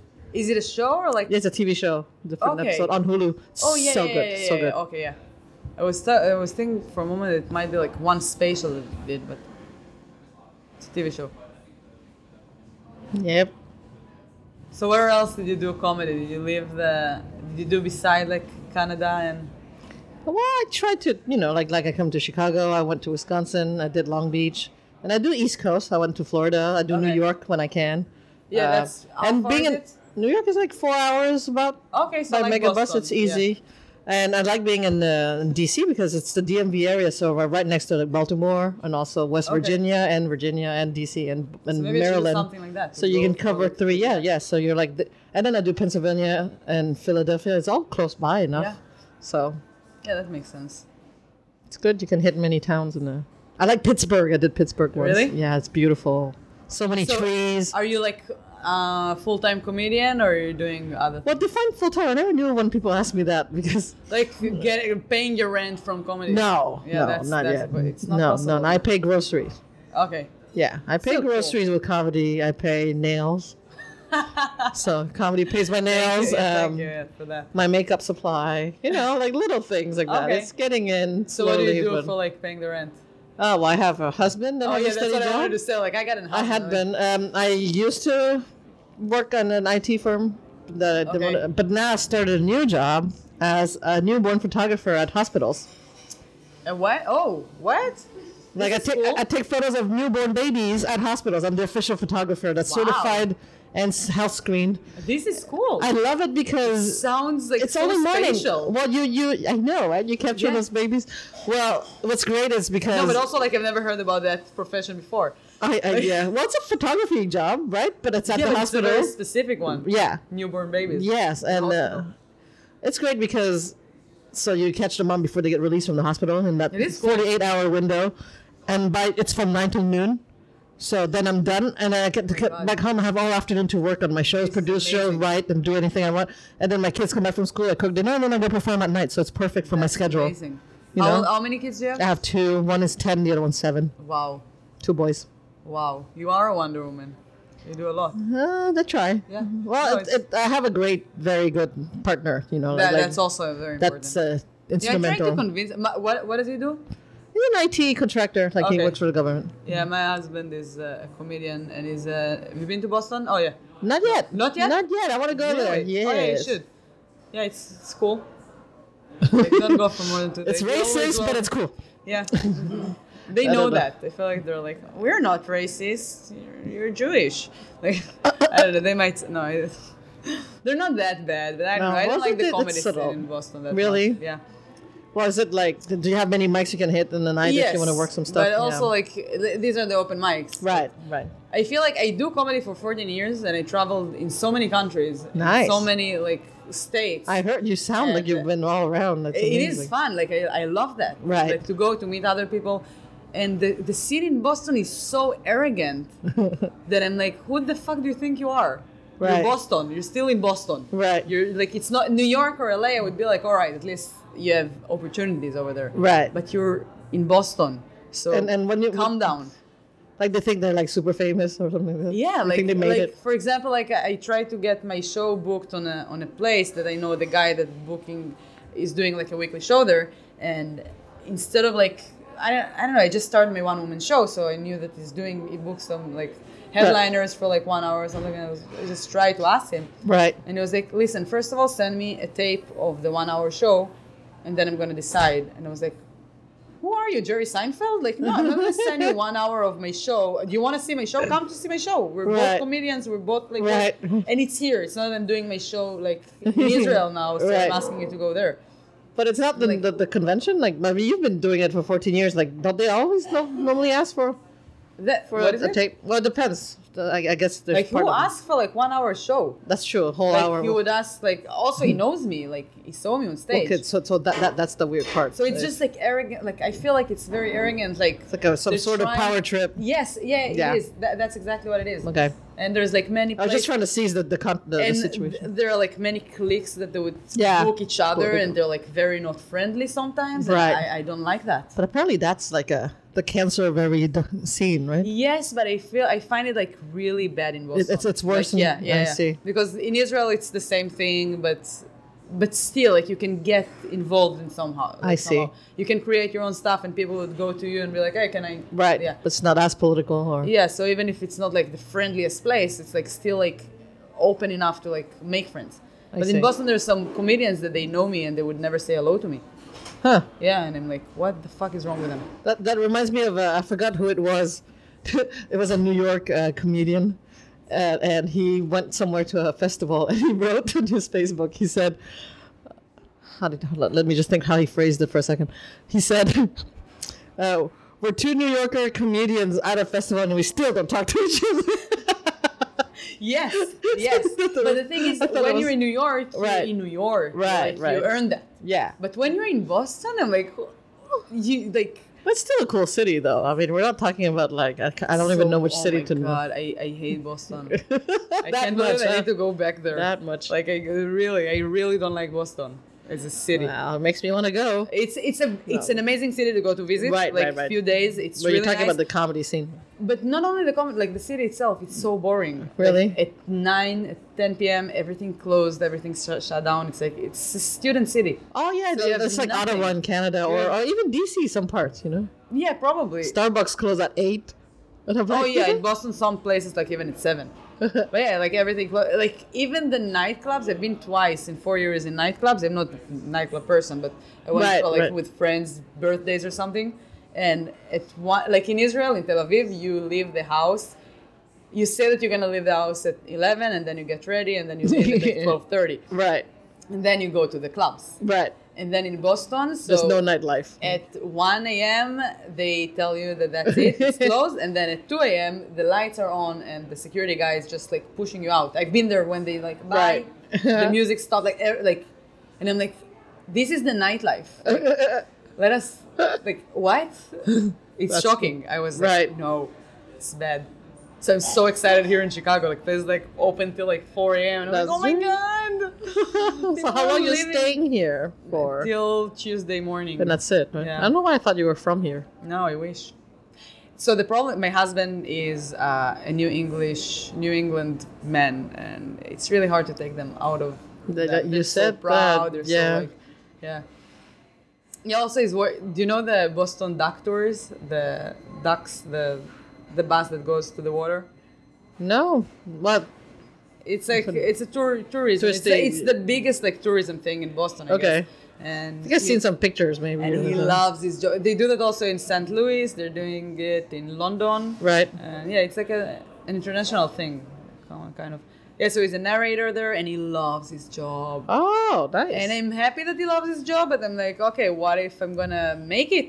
S1: is it a show or like?
S2: It's a TV show, different
S1: Okay.
S2: episode on Hulu.
S1: oh yeah,
S2: so
S1: yeah,
S2: good,
S1: yeah, yeah,
S2: so
S1: yeah,
S2: good.
S1: Okay, yeah. I was th- I was thinking for a moment it might be like one special that it did, but it's a TV show.
S2: Yep.
S1: So where else did you do comedy? Did you leave the? Did you do beside like Canada and?
S2: Well, I tried to, you know, like like I come to Chicago, I went to Wisconsin, I did Long Beach, and I do East Coast. I went to Florida. I do New
S1: Okay.
S2: York when I can.
S1: Yeah,
S2: Uh,
S1: that's. how
S2: and
S1: far
S2: being
S1: is
S2: in
S1: it?
S2: New York is like four hours about
S1: Okay, so
S2: by
S1: like
S2: megabus,
S1: Boston,
S2: it's easy. And I like being in, uh, in DC because it's the DMV area, so we're right next to like, Baltimore and also West
S1: Okay.
S2: Virginia and Virginia and DC and, and
S1: So maybe I should do
S2: Maryland.
S1: something like that.
S2: So you can
S1: go
S2: cover
S1: for-
S2: three. Yeah, yeah. So you're like, the, and then I do Pennsylvania and Philadelphia. It's all close by enough.
S1: Yeah.
S2: So
S1: Yeah, that makes sense.
S2: it's good. You can hit many towns in the. I like Pittsburgh. I did Pittsburgh once.
S1: Really?
S2: Yeah, it's beautiful. So many
S1: So,
S2: trees.
S1: Are you like a full-time comedian or are you doing other
S2: well, define full time. I never knew when people asked me that because
S1: Like getting paying your rent from comedy.
S2: no,
S1: Yeah,
S2: no,
S1: that's-
S2: not
S1: that's-
S2: yet.
S1: but it's not
S2: no,
S1: possible.
S2: no, no. I pay groceries.
S1: Okay.
S2: Yeah, I pay
S1: So cool.
S2: groceries with comedy. I pay nails.
S1: (laughs)
S2: so comedy pays my nails,
S1: Yeah,
S2: um,
S1: thank you yeah, for that.
S2: my makeup supply. You know, like little things like that.
S1: Okay.
S2: It's getting in
S1: So
S2: slowly.
S1: what do you do
S2: but-
S1: for like paying the rent?
S2: oh, well, I have a husband and
S1: Oh
S2: I
S1: yeah,
S2: have
S1: that's
S2: a steady
S1: what I
S2: job.
S1: wanted to say. Like I got an.
S2: I had
S1: husband,
S2: been. Um, I used to work on an IT firm, that I didn't
S1: Okay.
S2: wanna- but now I started a new job as a newborn photographer at hospitals.
S1: like- And what? Oh, what?
S2: Like I
S1: This is
S2: take,
S1: cool.
S2: I take photos of newborn babies at hospitals. I'm the official photographer that's
S1: Wow.
S2: certified and s- health screened.
S1: This is cool.
S2: I love it because
S1: Sounds like
S2: it's
S1: so
S2: only morning.
S1: spatial.
S2: Well, you you I know, right? You capture
S1: Yeah.
S2: those babies. Well, what's great is because
S1: No, but also like I've never heard about that profession before.
S2: I,
S1: (laughs)
S2: I, yeah, well, it's a photography job, right? But it's at
S1: yeah,
S2: the
S1: but it's a
S2: hospital.
S1: very specific one.
S2: yeah.
S1: Newborn babies.
S2: Yes, and uh,
S1: hospital.
S2: it's great because so you catch the mom before they get released from the hospital in that
S1: It is cool.
S2: 48 hour window, and by it's from nine till noon. So then I'm done, and I get to
S1: Oh my
S2: get
S1: God.
S2: back home. I have all afternoon to work on my
S1: This
S2: shows,
S1: is
S2: produce shows,
S1: amazing.
S2: write, and do anything I want. And then my kids come back from school. I cook dinner, and then I go perform at night. So it's perfect for my
S1: That's
S2: schedule.
S1: Amazing.
S2: You
S1: how,
S2: know,
S1: how many kids do you have?
S2: I have two. One is ten, the other one's seven.
S1: Wow,
S2: Two boys.
S1: wow, you are a Wonder Woman. You do a lot.
S2: Uh, they try.
S1: Yeah.
S2: Well,
S1: No,
S2: it,
S1: it's-
S2: it, I have a great, very good partner. You know,
S1: That,
S2: like,
S1: that's also very important.
S2: that's uh,
S1: yeah, I'm trying
S2: instrumental.
S1: to convince. My, what what does he do?
S2: He's an IT contractor. Like he
S1: Okay.
S2: works for the government.
S1: Yeah, my husband is uh, a comedian and he's. Uh, have you been to Boston? Oh yeah.
S2: Not yet.
S1: Not yet?
S2: Not yet. I want to go there.
S1: Really? Oh, yeah, you
S2: Yes.
S1: should. Yeah, it's, it's cool. (laughs) Like, don't go for more than two
S2: It's
S1: days. They always
S2: racist, but
S1: love-
S2: it's cool. (laughs)
S1: Yeah. they
S2: I
S1: know
S2: don't know.
S1: that. They feel like they're like, we're not racist. You're, you're Jewish. (laughs)
S2: (laughs)
S1: Like, I don't know. They might. No. I- They're not that bad, but I, don't
S2: No,
S1: know. I don't
S2: Boston
S1: like the
S2: did-
S1: comedy
S2: it's
S1: scene
S2: subtle.
S1: in Boston. That
S2: Really?
S1: much. Yeah.
S2: Well, is it like? Do you have many mics you can hit in the night if you want to work some stuff?
S1: But
S2: Yeah.
S1: also, like, th- these are the open mics.
S2: right, right.
S1: I feel like I do comedy for 14 years and I traveled in so many countries. in
S2: Nice.
S1: So many, like, states.
S2: I heard you sound like
S1: And,
S2: you've
S1: uh,
S2: been all around. That's
S1: it
S2: amazing.
S1: is fun like I, I love that
S2: Right.
S1: like to go to meet other people and the, the city in boston is so
S2: (laughs)
S1: arrogant that i'm like who the fuck do you think you are
S2: Right.
S1: you're boston you're still in boston
S2: Right.
S1: you're like it's not new york or la i would be like all right at least you have opportunities over there
S2: Right.
S1: but you're in boston so
S2: And- and when you-
S1: calm down
S2: Like they think they're like super famous or something. Like that.
S1: yeah
S2: They
S1: like,
S2: think they made
S1: like
S2: it.
S1: for example like i I try to get my show booked on a on a place that i know the guy that booking is doing like a weekly show there and instead of like i don't, I don't know i just started my one woman show so i knew that he's doing he books some like headliners for like one hour or something and i was I just tried to ask him
S2: Right.
S1: and he was like listen first of all send me a tape of the one hour show and then i'm gonna decide and i was like who are you, Jerry Seinfeld? Like, no, I'm not gonna send you one hour of my show. Do you want to see my show? Come to see my show. We're
S2: Right.
S1: both comedians. We're both like,
S2: Right. (laughs)
S1: and it's here. It's not that I'm doing my show like in Israel now, so
S2: Right.
S1: I'm asking you to go there.
S2: But it's not the,
S1: Like-
S2: the, the convention. Like I mean, you've been doing it for 14 years. Like don't they always no, normally ask for
S1: That
S2: for
S1: what is
S2: a
S1: it?
S2: tape? Well, it depends. The- I, I guess there's
S1: Like,
S2: part
S1: who
S2: of it.
S1: asked for like one hour show?
S2: That's true. A whole
S1: Like,
S2: hour.
S1: he would ask. Like, also he knows me. Like, he saw me on stage.
S2: okay, so so that, that that's the weird part.
S1: So it's just like arrogant. Like, I feel like it's very arrogant. Like,
S2: it's like a, some
S1: they're
S2: sort of
S1: trying-
S2: power trip.
S1: Yes, yeah, it
S2: Yeah.
S1: is. That, that's exactly what it is.
S2: Okay.
S1: And there's like many.
S2: I was
S1: places-
S2: just trying to seize the the, con- the, the
S1: and
S2: situation.
S1: th- there are like many cliques that they would
S2: Yeah.
S1: book each other
S2: Book it.
S1: and they're like very not friendly sometimes
S2: Right.
S1: and I, I don't like that
S2: But apparently that's like a the cancer of every d- scene, right?
S1: yes but i feel i find it like really bad in Boston.
S2: it's- it's worse
S1: like,
S2: in-
S1: yeah, yeah
S2: I
S1: yeah.
S2: see.
S1: because in israel it's the same thing but but still like you can get involved in somehow like,
S2: I see.
S1: somehow. you can create your own stuff and people would go to you and be like hey can i
S2: Right.
S1: yeah
S2: But it's not as political or
S1: yeah so even if it's not like the friendliest place it's like still like open enough to like make friends
S2: I
S1: but
S2: see.
S1: in boston there's some comedians that they know me and they would never say hello to me
S2: huh.
S1: yeah and i'm like what the fuck is wrong with them
S2: That that reminds me of uh, I forgot who it was. (laughs) it was a New York uh, comedian, uh, and he went somewhere to a festival, and (laughs) he wrote on his Facebook. He said, "How did hold on, let me just think how he phrased it for a second. He said, (laughs) uh, "We're two New Yorker comedians at a festival, and we still don't talk to each (laughs) other." (laughs)
S1: yes yes but the thing is
S2: I thought it
S1: when
S2: was-
S1: you're in new york you're
S2: Right.
S1: in new york You're
S2: Right,
S1: like,
S2: right.
S1: you earn that
S2: yeah, but,
S1: but when you're in boston i'm like you like
S2: it's still a cool city, though. I mean, we're not talking about like I, ca- I don't even
S1: so-
S2: know which
S1: oh
S2: city
S1: my
S2: to.
S1: god I, I hate
S2: (laughs)
S1: boston i
S2: that
S1: can't
S2: much.
S1: believe i
S2: huh?
S1: need to go back there
S2: That much.
S1: like i really i really don't like boston as a city
S2: Wow, it makes me want to go.
S1: It's it's a it's an amazing city to go to visit.
S2: Right,
S1: like
S2: right, right.
S1: few days. It's
S2: Well,
S1: really
S2: you're talking
S1: nice.
S2: about the comedy scene.
S1: But not only the comment, like the city itself, it's so boring.
S2: Really?
S1: Like, at nine, at ten p.m., everything closed, everything shut, shut down. It's like it's a student city.
S2: Oh yeah,
S1: So
S2: yeah,
S1: there's
S2: that's like
S1: nothing.
S2: Ottawa in Canada, or,
S1: Yeah.
S2: or even DC. Some parts, you know.
S1: Yeah, probably.
S2: Starbucks close at eight. And I'm
S1: oh
S2: like, (laughs)
S1: yeah, in Boston, some places like even at seven. but yeah, like everything, clo- like even the nightclubs. I've been twice in four years in nightclubs. I'm not a nightclub person, but I went
S2: Right,
S1: for like
S2: right.
S1: with friends' birthdays or something. And at one, like in Israel, in Tel Aviv, you leave the house. You say that you're gonna leave the house at eleven, and then you get ready, and then you leave
S2: (laughs)
S1: at twelve thirty,
S2: right,
S1: and then you go to the clubs.
S2: right.
S1: And then in Boston, so
S2: There's no nightlife.
S1: at 1 a.m., they tell you that that's it,
S2: (laughs)
S1: it's closed. And then at 2 a.m., the lights are on and the security guy is just like pushing you out. I've been there when they like, bye.
S2: Right. (laughs)
S1: the music stopped, like, er, like, and I'm like, this is the nightlife.
S2: (laughs)
S1: Like, let us, like, what? It's
S2: That's-
S1: shocking. I was like,
S2: Right.
S1: no, it's bad. So I'm so excited here in Chicago. Like, there's like open till like 4 a.m. And I'm
S2: That's-
S1: like, oh my God.
S2: (laughs) (laughs) so how long you
S1: living-
S2: staying here for?
S1: till Tuesday morning.
S2: and that's it. Right?
S1: Yeah.
S2: I don't know why I thought you were from here.
S1: No, I wish. So the problem, my husband is uh, a New English, New England man, and it's really hard to take them out of.
S2: They-
S1: that.
S2: you
S1: They're so
S2: said that,
S1: proud. They're
S2: yeah.
S1: so like, yeah. He also is. wor- Do you know the Boston Duck Tours? The ducks, the the bus that goes to the water.
S2: No, what?
S1: It's like it's a tour tourism. It's,
S2: Touristy.
S1: the, it's the biggest like tourism thing in Boston. I
S2: Okay.
S1: guess. And
S2: I think I've
S1: he-
S2: seen some pictures maybe.
S1: and he
S2: Uh,
S1: loves his job. They do that also in St. Louis. They're doing it in London.
S2: Right.
S1: And yeah, it's like a, an international thing, kind of- kind of. Yeah, so he's a narrator there, and he loves his job.
S2: Oh, nice.
S1: And I'm happy that he loves his job, but I'm like, okay, what if I'm gonna make it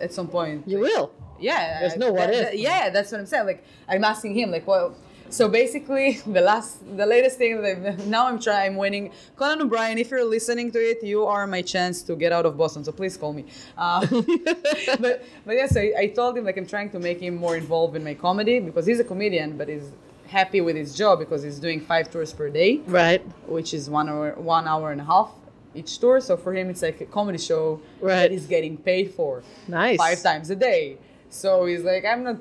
S1: at some point?
S2: you will.
S1: Yeah.
S2: There's
S1: I-
S2: no what
S1: that-
S2: if.
S1: that- yeah, that's what I'm saying. Like I'm asking him, like, well, so basically (laughs) the last, the latest thing that I've, (laughs) now I'm trying, I'm winning. Conan O'Brien, if you're listening to it, you are my chance to get out of Boston. So please call me. Uh, (laughs) but but yeah, so I, I told him like I'm trying to make him more involved in my comedy because he's a comedian, but he's happy with his job because he's doing five tours per day
S2: Right.
S1: which is one hour one hour and a half each tour so for him it's like a comedy show
S2: Right.
S1: that he's getting paid for
S2: Nice.
S1: five times a day so he's like i'm not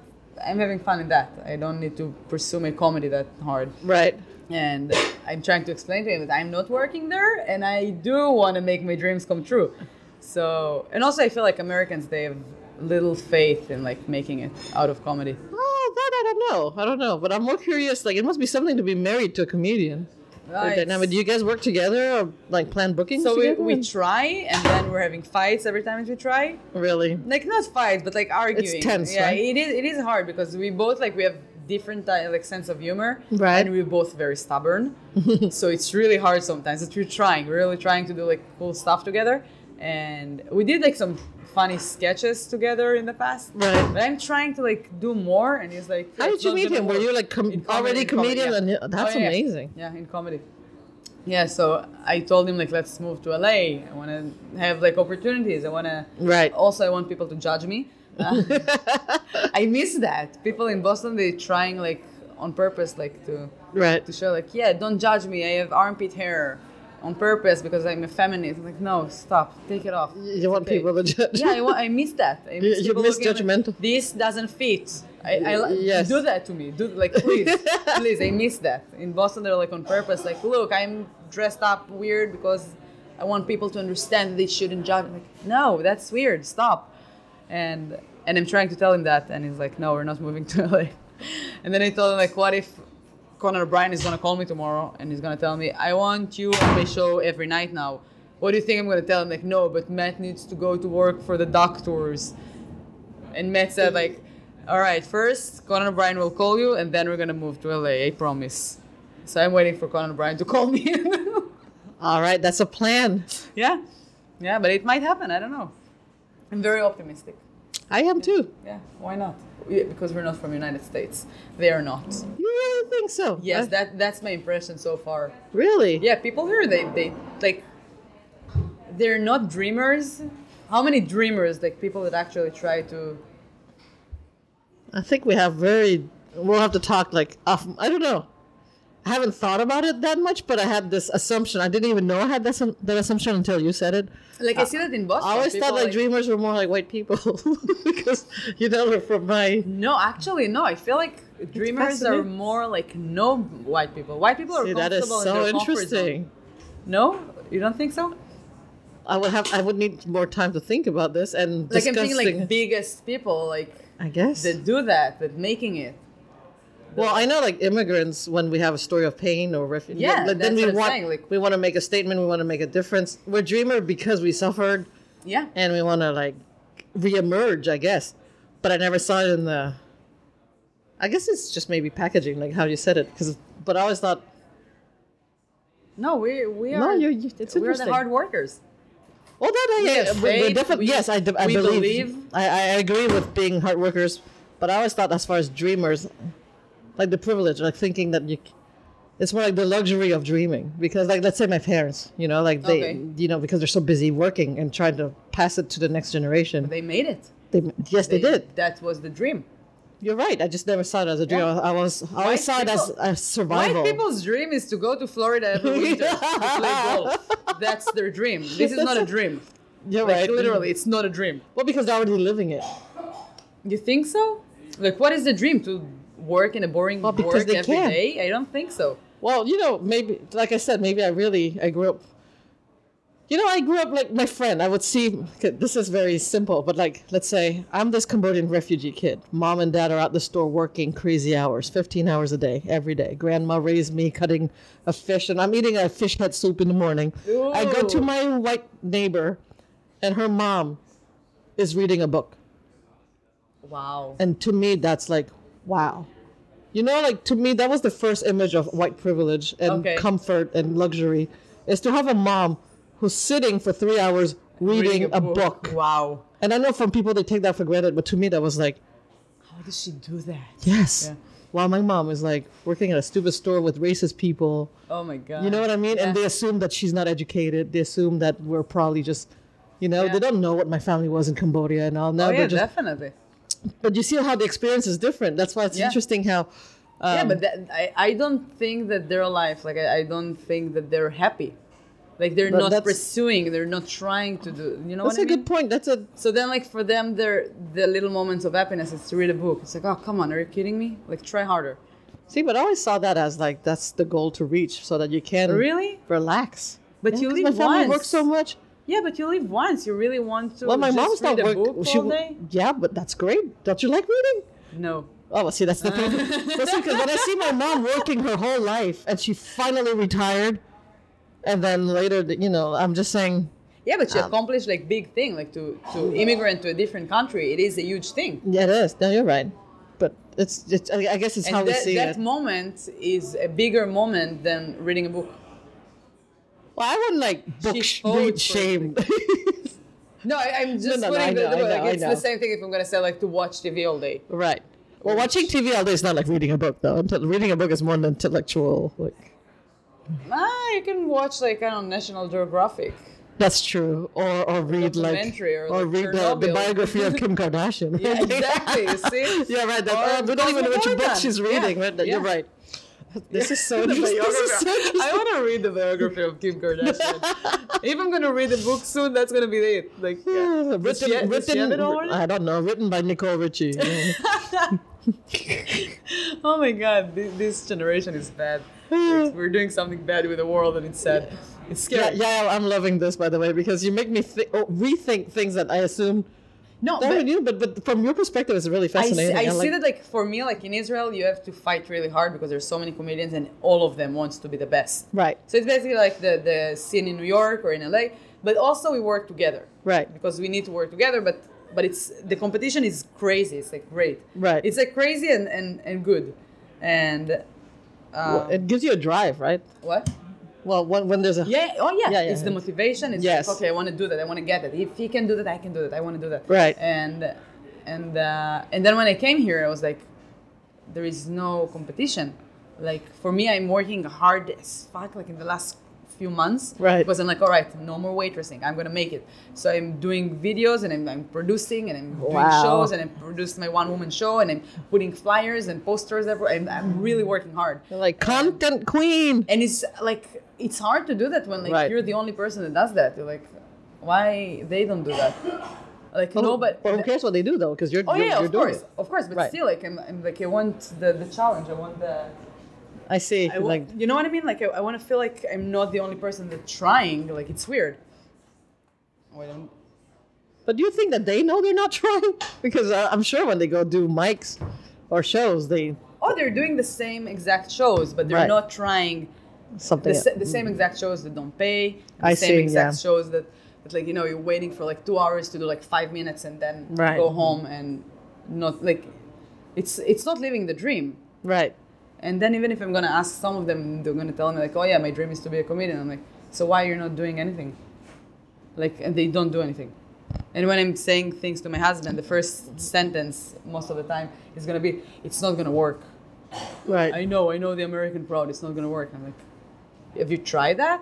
S1: i'm having fun in that i don't need to pursue my comedy that hard
S2: Right.
S1: and i'm trying to explain to him that i'm not working there and i do want to make my dreams come true so and also i feel like americans they have little faith in like making it out of comedy
S2: Oh, that I don't know. I don't know, but I'm more curious. Like, it must be something to be married to a comedian.
S1: Ah,
S2: Like, now,
S1: it's-
S2: but do you guys work together or like plan bookings?
S1: so we,
S2: together?
S1: we try and then we're having fights every time that we try
S2: really.
S1: like not fights, but like arguing.
S2: tense,
S1: Yeah,
S2: right?
S1: it is. It is hard because we both like we have different uh, like sense of humor,
S2: Right.
S1: And we're both very
S2: (laughs)
S1: stubborn, so it's really hard sometimes. But we're trying, we're really trying to do like cool stuff together, and we did like some funny sketches together in the past.
S2: Right.
S1: But I'm trying to like do more, and he's like,
S2: How did
S1: "It's
S2: you
S1: not
S2: meet
S1: gonna
S2: him? Were
S1: work."
S2: you like com-
S1: In comedy,
S2: already
S1: in comedy,
S2: comedian?
S1: yeah.
S2: And
S1: Oh,
S2: that's
S1: yeah, yeah.
S2: amazing.
S1: Yeah, in comedy. Yeah, so I told him like let's move to LA. I want to have like opportunities. I want to
S2: Right.
S1: Also, I want people to judge me. Uh,
S2: (laughs)
S1: I miss that. People in Boston they trying like on purpose like to
S2: Right.
S1: to show like yeah, don't judge me. I have armpit hair on purpose because I'm a feminist. I'm like no, stop. Take it off.
S2: You want people to judge.
S1: yeah, I, want, I miss that.
S2: (laughs)
S1: I miss
S2: You- you
S1: people
S2: miss
S1: looking at me,
S2: judgmental.
S1: This doesn't fit. I, I li-
S2: Yes.
S1: do that to me. Do like please, please. I miss that. In Boston, they're like on purpose. Like, look, I'm dressed up weird because I want people to understand that they shouldn't judge. I'm like, no, that's weird. Stop. And and I'm trying to tell him that, and he's like, no, we're not moving to LA. (laughs) And then I told him like, what if Conan O'Brien is gonna call me tomorrow and he's gonna tell me, I want you on my show every night now. What do you think I'm gonna tell him? Like, no, but Matt needs to go to work for the doctors. And Matt said like, all right, first Conan O'Brien will call you, and then we're gonna move to LA. I promise. So I'm waiting for Conan O'Brien to (laughs) call me.
S2: (laughs) All right, that's a plan.
S1: yeah, yeah, but it might happen. I don't know. I'm very optimistic.
S2: I am too.
S1: Yeah, why not? Yeah, because we're not from United States. They are not.
S2: You really think so?
S1: Yes,
S2: Uh,
S1: that that's my impression so far.
S2: really.
S1: Yeah, people here they they like they're not dreamers. How many dreamers like people that actually try to
S2: I think we have very. We'll have to talk like off. I don't know. I haven't thought about it that much, but I had this assumption. I didn't even know I had that, assum- that assumption until you said it.
S1: like I see that in Boston.
S2: I always
S1: people,
S2: thought like, dreamers were more like white people (laughs) because you know they're from my.
S1: No, actually no. I feel like dreamers are
S2: fascinating.
S1: more like no white people. White people are
S2: See, that is
S1: comfortable
S2: so
S1: in their comfort zone.
S2: interesting.
S1: No? You don't think so?
S2: I would have. I would need more time to think about this and
S1: Like I'm
S2: discuss
S1: thinking like
S2: things.
S1: biggest people like
S2: I guess.
S1: that do that, that making it.
S2: Well, I know like immigrants when we have a story of pain or refugee.
S1: Yeah,
S2: like,
S1: that's
S2: then we
S1: what I'm
S2: want
S1: saying, like-
S2: we want to make a statement. We want to make a difference. We're dreamer because we suffered
S1: Yeah.
S2: and we want to like reemerge, I guess. But I never saw it in the. I guess it's just maybe packaging, like how you said it. Because, but I always thought,
S1: No, we we are
S2: no, you. you it's
S1: we're the
S2: interesting.
S1: hard workers.
S2: Oh, that I
S1: We
S2: yeah,
S1: have
S2: we- we're
S1: faith,
S2: definitely
S1: we-
S2: yes, I, d- I
S1: we
S2: believe.
S1: believe.
S2: I, I agree with being hard workers, but I always thought as far as dreamers, like the privilege, like thinking that you, c- it's more like the luxury of dreaming because like let's say my parents, you know, like they,
S1: Okay.
S2: you know, because they're so busy working and trying to pass it to the next generation.
S1: They made it.
S2: They, yes, they, did.
S1: That was the dream.
S2: you're right. I just never saw it as a dream.
S1: Yeah.
S2: I was I always saw
S1: White
S2: it as a
S1: White
S2: survival.
S1: people's dream is to go to Florida every winter to
S2: (laughs)
S1: play golf. That's their dream. This is not a dream.
S2: you're
S1: Like
S2: right.
S1: literally, it's not a dream.
S2: Well, because they're already living it.
S1: You think so? Like, what is the dream to work in a boring
S2: Well, because
S1: work every
S2: they
S1: day?
S2: can.
S1: I don't think so.
S2: Well, you know, maybe like I said, maybe I really I grew up. You know, I grew up like my friend. I would see. okay, This is very simple, but like, let's say I'm this Cambodian refugee kid. Mom and dad are out the store working crazy hours, 15 hours a day, every day. Grandma raised me cutting a fish, and I'm eating a fish head soup in the morning. I go to
S1: Ooh.
S2: my white neighbor, and her mom is reading a book.
S1: Wow.
S2: And to me, that's like, wow. You know, like to me, that was the first image of white privilege and
S1: Okay.
S2: comfort and luxury is to have a mom who's sitting for three hours reading, a, book.
S1: Wow.
S2: And I know from people they take that for granted, but to me, that was like,
S1: How does she do that?
S2: yes.
S1: Yeah.
S2: While my mom is like working at a stupid store with racist people,
S1: Oh my god.
S2: you know what I mean? And
S1: Yeah.
S2: they assume that she's not educated. They assume that we're probably just, you know,
S1: Yeah.
S2: they don't know what my family was in Cambodia and all. Now
S1: Oh
S2: they're
S1: yeah,
S2: just
S1: definitely.
S2: but you see how the experience is different. That's why it's
S1: Yeah.
S2: interesting how. Um,
S1: yeah, but that, I, I don't think that they're alive. Like I, I don't think that they're happy. Like they're
S2: But
S1: not
S2: that's-
S1: pursuing. They're not trying to do. You know
S2: that's
S1: what I
S2: a
S1: mean?
S2: good point. That's a
S1: So then, like for them, their the little moments of happiness is to read a book. It's like, oh come on, are you kidding me? Like try harder.
S2: see, but I always saw that as like that's the goal to reach, so that you can
S1: Really?
S2: relax.
S1: But you
S2: 'cause
S1: live
S2: my family
S1: once.
S2: works so much.
S1: Yeah, but you live once. You really want to.
S2: Well, my
S1: just
S2: mom's
S1: read
S2: not
S1: a
S2: working.
S1: book all day?
S2: yeah, but that's great. Don't you like reading?
S1: No.
S2: Oh, well, see, that's the
S1: Uh.
S2: thing. That's because when I see my mom working her whole life and she finally retired, and then later, you know, I'm just saying,
S1: Yeah, but she
S2: Um,
S1: accomplished like big thing, like to
S2: Oh,
S1: to immigrant to a different country. It is a huge thing.
S2: yeah, it is. No, you're right. But it's, it's I I guess it's how
S1: And
S2: we
S1: that,
S2: see
S1: that
S2: it.
S1: moment is a bigger moment than reading a book.
S2: Well, I wouldn't like book
S1: She
S2: sh-
S1: owed
S2: read
S1: for
S2: shame.
S1: No, I, I'm just
S2: no, I
S1: putting
S2: know,
S1: the,
S2: I know, I
S1: like, it's
S2: know.
S1: the same thing if I'm gonna say like to watch TV all day.
S2: right. Well, watching TV all day is not like reading a book, though. Until, reading a book is more an intellectual. Like
S1: Ah, you can watch like I don't know, National Geographic.
S2: that's true. Or or read like
S1: documentary or, like,
S2: read the, the
S1: Chernobyl.
S2: biography of Kim (laughs) Kardashian.
S1: Yeah, (laughs) exactly. you See?
S2: (laughs) yeah, right.
S1: Or
S2: That, uh, we don't even know which book
S1: Cosmopolitan.
S2: she's
S1: Yeah,
S2: reading. right? You're
S1: yeah.
S2: right. (laughs) This is so (laughs)
S1: The
S2: interesting. This is
S1: biography.
S2: so interesting.
S1: I want to read the biography of Kim
S2: (laughs)
S1: Kardashian. if I'm gonna read a book soon, that's gonna be it. Like, yeah.
S2: Yeah,
S1: Does
S2: uh, written,
S1: she ha- does she have it
S2: written.
S1: already?
S2: I don't know. Written by Nicole (laughs) Richie. Yeah.
S1: (laughs) oh my god, this, this generation is bad. Like, we're doing something bad with the world, and it's sad. It's
S2: yeah,
S1: scary.
S2: yeah, I'm loving this by the way because you make me thi- oh, rethink things that I assume
S1: No,
S2: That we
S1: but
S2: knew, but but from your perspective, it's really
S1: I, see,
S2: fascinating.
S1: I see
S2: like-
S1: that like for me, like in Israel, you have to fight really hard because there's so many comedians, and all of them wants to be the best.
S2: Right,
S1: So it's basically like the the scene in New York or in LA, but also we work together.
S2: right,
S1: because we need to work together but but it's the competition is crazy it's like great
S2: Right.
S1: it's like crazy and and, and good and um,
S2: Well, it gives you a drive, right?
S1: what
S2: Well, when, when there's a
S1: yeah oh yeah,
S2: Yeah, yeah,
S1: it's the
S2: yeah.
S1: motivation it's
S2: Yes.
S1: like, okay i want to do that i want to get it if he can do that i can do that i want to do that
S2: Right.
S1: and and uh, and then when i came here i was like there is no competition like for me i'm working hard as fuck like in the last few months
S2: Right.
S1: because i'm like all right no more waitressing i'm gonna make it so i'm doing videos and i'm, I'm producing and i'm doing
S2: Wow.
S1: shows and i produced my one woman show and i'm putting flyers and posters everywhere I'm, I'm really working hard
S2: like content queen.
S1: and it's like it's hard to do that when like
S2: Right.
S1: you're the only person that does that you're like why they don't do that like
S2: Well,
S1: no but
S2: well, who cares what they do though? Because you're
S1: oh
S2: you're,
S1: yeah
S2: you're
S1: of
S2: doing
S1: course
S2: it.
S1: of course but
S2: Right.
S1: still like I'm, I'm like i want the, the challenge i want the
S2: I see.
S1: I
S2: like
S1: want, you know what i mean like i, I want to feel like i'm not the only person that's trying like it's weird oh, I don't,
S2: But do you think that they know they're not (laughs) trying? Because uh, I'm sure when they go do mics or shows, they
S1: oh they're doing the same exact shows but they're
S2: Right.
S1: not trying the,
S2: something.
S1: sa- the same exact shows that don't pay the
S2: I
S1: same
S2: see,
S1: exact
S2: yeah.
S1: shows that, that like you know you're waiting for like two hours to do like five minutes and then
S2: Right.
S1: go home and not like it's it's not living the dream
S2: right.
S1: and then even if i'm gonna ask some of them they're gonna tell me like oh yeah my dream is to be a comedian i'm like so why you're not doing anything like and they don't do anything and when i'm saying things to my husband the first sentence most of the time is gonna be it's not gonna work
S2: Right.
S1: I know, I know the American crowd. It's not gonna work. I'm like, have you tried that?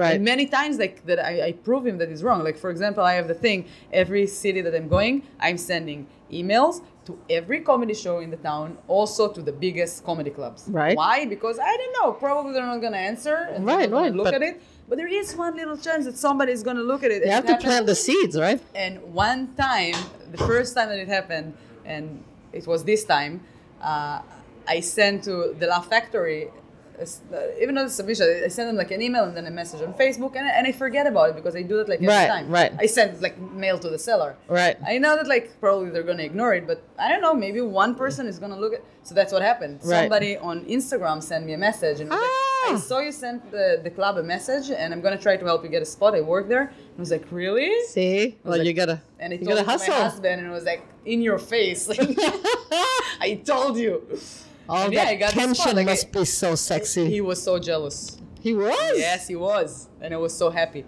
S2: Right.
S1: And many times, like that, I, I prove him that he's wrong. Like for example, I have the thing. Every city that I'm going, I'm sending emails to every comedy show in the town, also to the biggest comedy clubs.
S2: Right.
S1: Why? Because I don't know. Probably they're not gonna answer and they're
S2: Right,
S1: not gonna
S2: right,
S1: look at
S2: but-
S1: it. But there is one little chance that somebody is gonna look at it.
S2: You
S1: and
S2: have
S1: it
S2: to
S1: happened-
S2: plant the seeds, right?
S1: and one time, the first time that it happened, and it was this time, uh, I sent to the Laugh Factory, uh, s- uh, even though it's submission, I sent them like an email and then a message on Facebook, and, I- and I forget about it because I do that like every
S2: Right,
S1: time.
S2: right.
S1: I sent like mail to the seller.
S2: Right.
S1: I know that like probably they're gonna ignore it, but I don't know. Maybe one person is gonna look at. So that's what happened.
S2: Right.
S1: Somebody on Instagram sent me a message and was like,
S2: Ah!
S1: "I saw you sent the, the club a message, and I'm gonna try to help you get a spot. I work there." I was like, "Really?"
S2: See? Well,
S1: like-
S2: you gotta,
S1: and I
S2: you
S1: told
S2: gotta
S1: it to
S2: hustle.
S1: my husband, and it was like in your face. (laughs) Like, I told you.
S2: All
S1: And
S2: that
S1: yeah, I got the
S2: tension
S1: spot, like,
S2: must be so sexy.
S1: He
S2: He,
S1: was so jealous.
S2: was.
S1: Yes, he was, and I was so happy.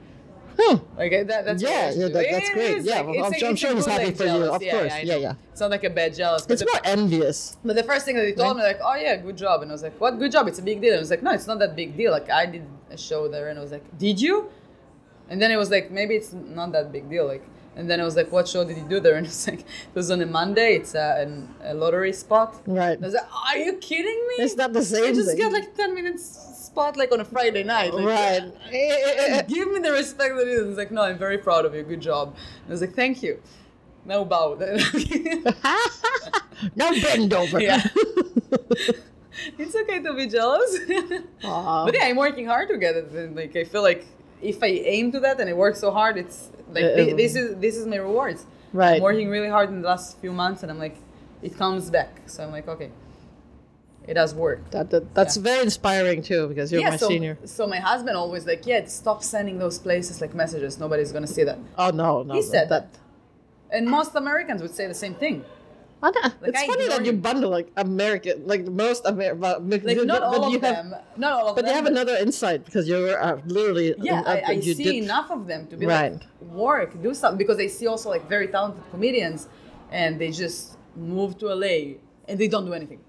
S2: Huh.
S1: Like that, that's
S2: Yeah,
S1: what I
S2: yeah,
S1: do.
S2: that-
S1: It
S2: that's great.
S1: is,
S2: Yeah, well, I'm
S1: a-
S2: sure- I'm
S1: a
S2: sure he's
S1: good,
S2: happy
S1: like,
S2: for you,
S1: jealous.
S2: of course.
S1: I
S2: Yeah,
S1: know.
S2: yeah.
S1: It's not like a bad jealous. But
S2: It's
S1: the,
S2: more envious.
S1: but the first thing that they told me, like, oh yeah, good job, and I was like, what good job? It's a big deal. And I was like, no, it's not that big deal. Like I did a show there, and I was like, did you? And then it was like, maybe it's not that big deal. Like, and then I was like, what show did you do there? (laughs) And it's like, it was on a Monday. It's a, an, a lottery spot.
S2: Right.
S1: And I was like, are you kidding me?
S2: It's not the
S1: I
S2: same
S1: just
S2: thing.
S1: got like ten minutes spot like on a Friday night. Like,
S2: right.
S1: (laughs)
S2: Eh,
S1: give me the respect that it is. It's like, no, I'm very proud of you. Good job. And I was like, thank you. No
S2: (laughs)
S1: bow. (laughs)
S2: eh. now bend over.
S1: (laughs) yeah. it's okay to be jealous. (laughs)
S2: Aw.
S1: But yeah, I'm working hard to get it. And like, I feel like if I aim to that and I work so hard, it's like
S2: Uh,
S1: thi- this is this is my rewards.
S2: Right.
S1: I'm working really hard in the last few months, and I'm like, it comes back. So I'm like, okay, it has worked.
S2: That, that, that's very inspiring too because you're my
S1: so,
S2: senior.
S1: so my husband always like, yeah, stop sending those places like messages. Nobody's gonna see that.
S2: Oh no, no.
S1: He
S2: no,
S1: said that. And most Americans would say the same thing.
S2: I don't- it's
S1: I
S2: funny that
S1: ignore
S2: you
S1: you.
S2: bundle like American, like most American, but,
S1: Like not
S2: but
S1: all
S2: you
S1: of
S2: have,
S1: them. Not all of
S2: But
S1: them.
S2: they have another insight because you're uh, literally.
S1: Yeah,
S2: an-
S1: I,
S2: uh,
S1: I
S2: you
S1: see
S2: did-
S1: enough of them to be
S2: Right.
S1: like work, do something. Because I see also like very talented comedians, and they just move to LA and they don't do anything.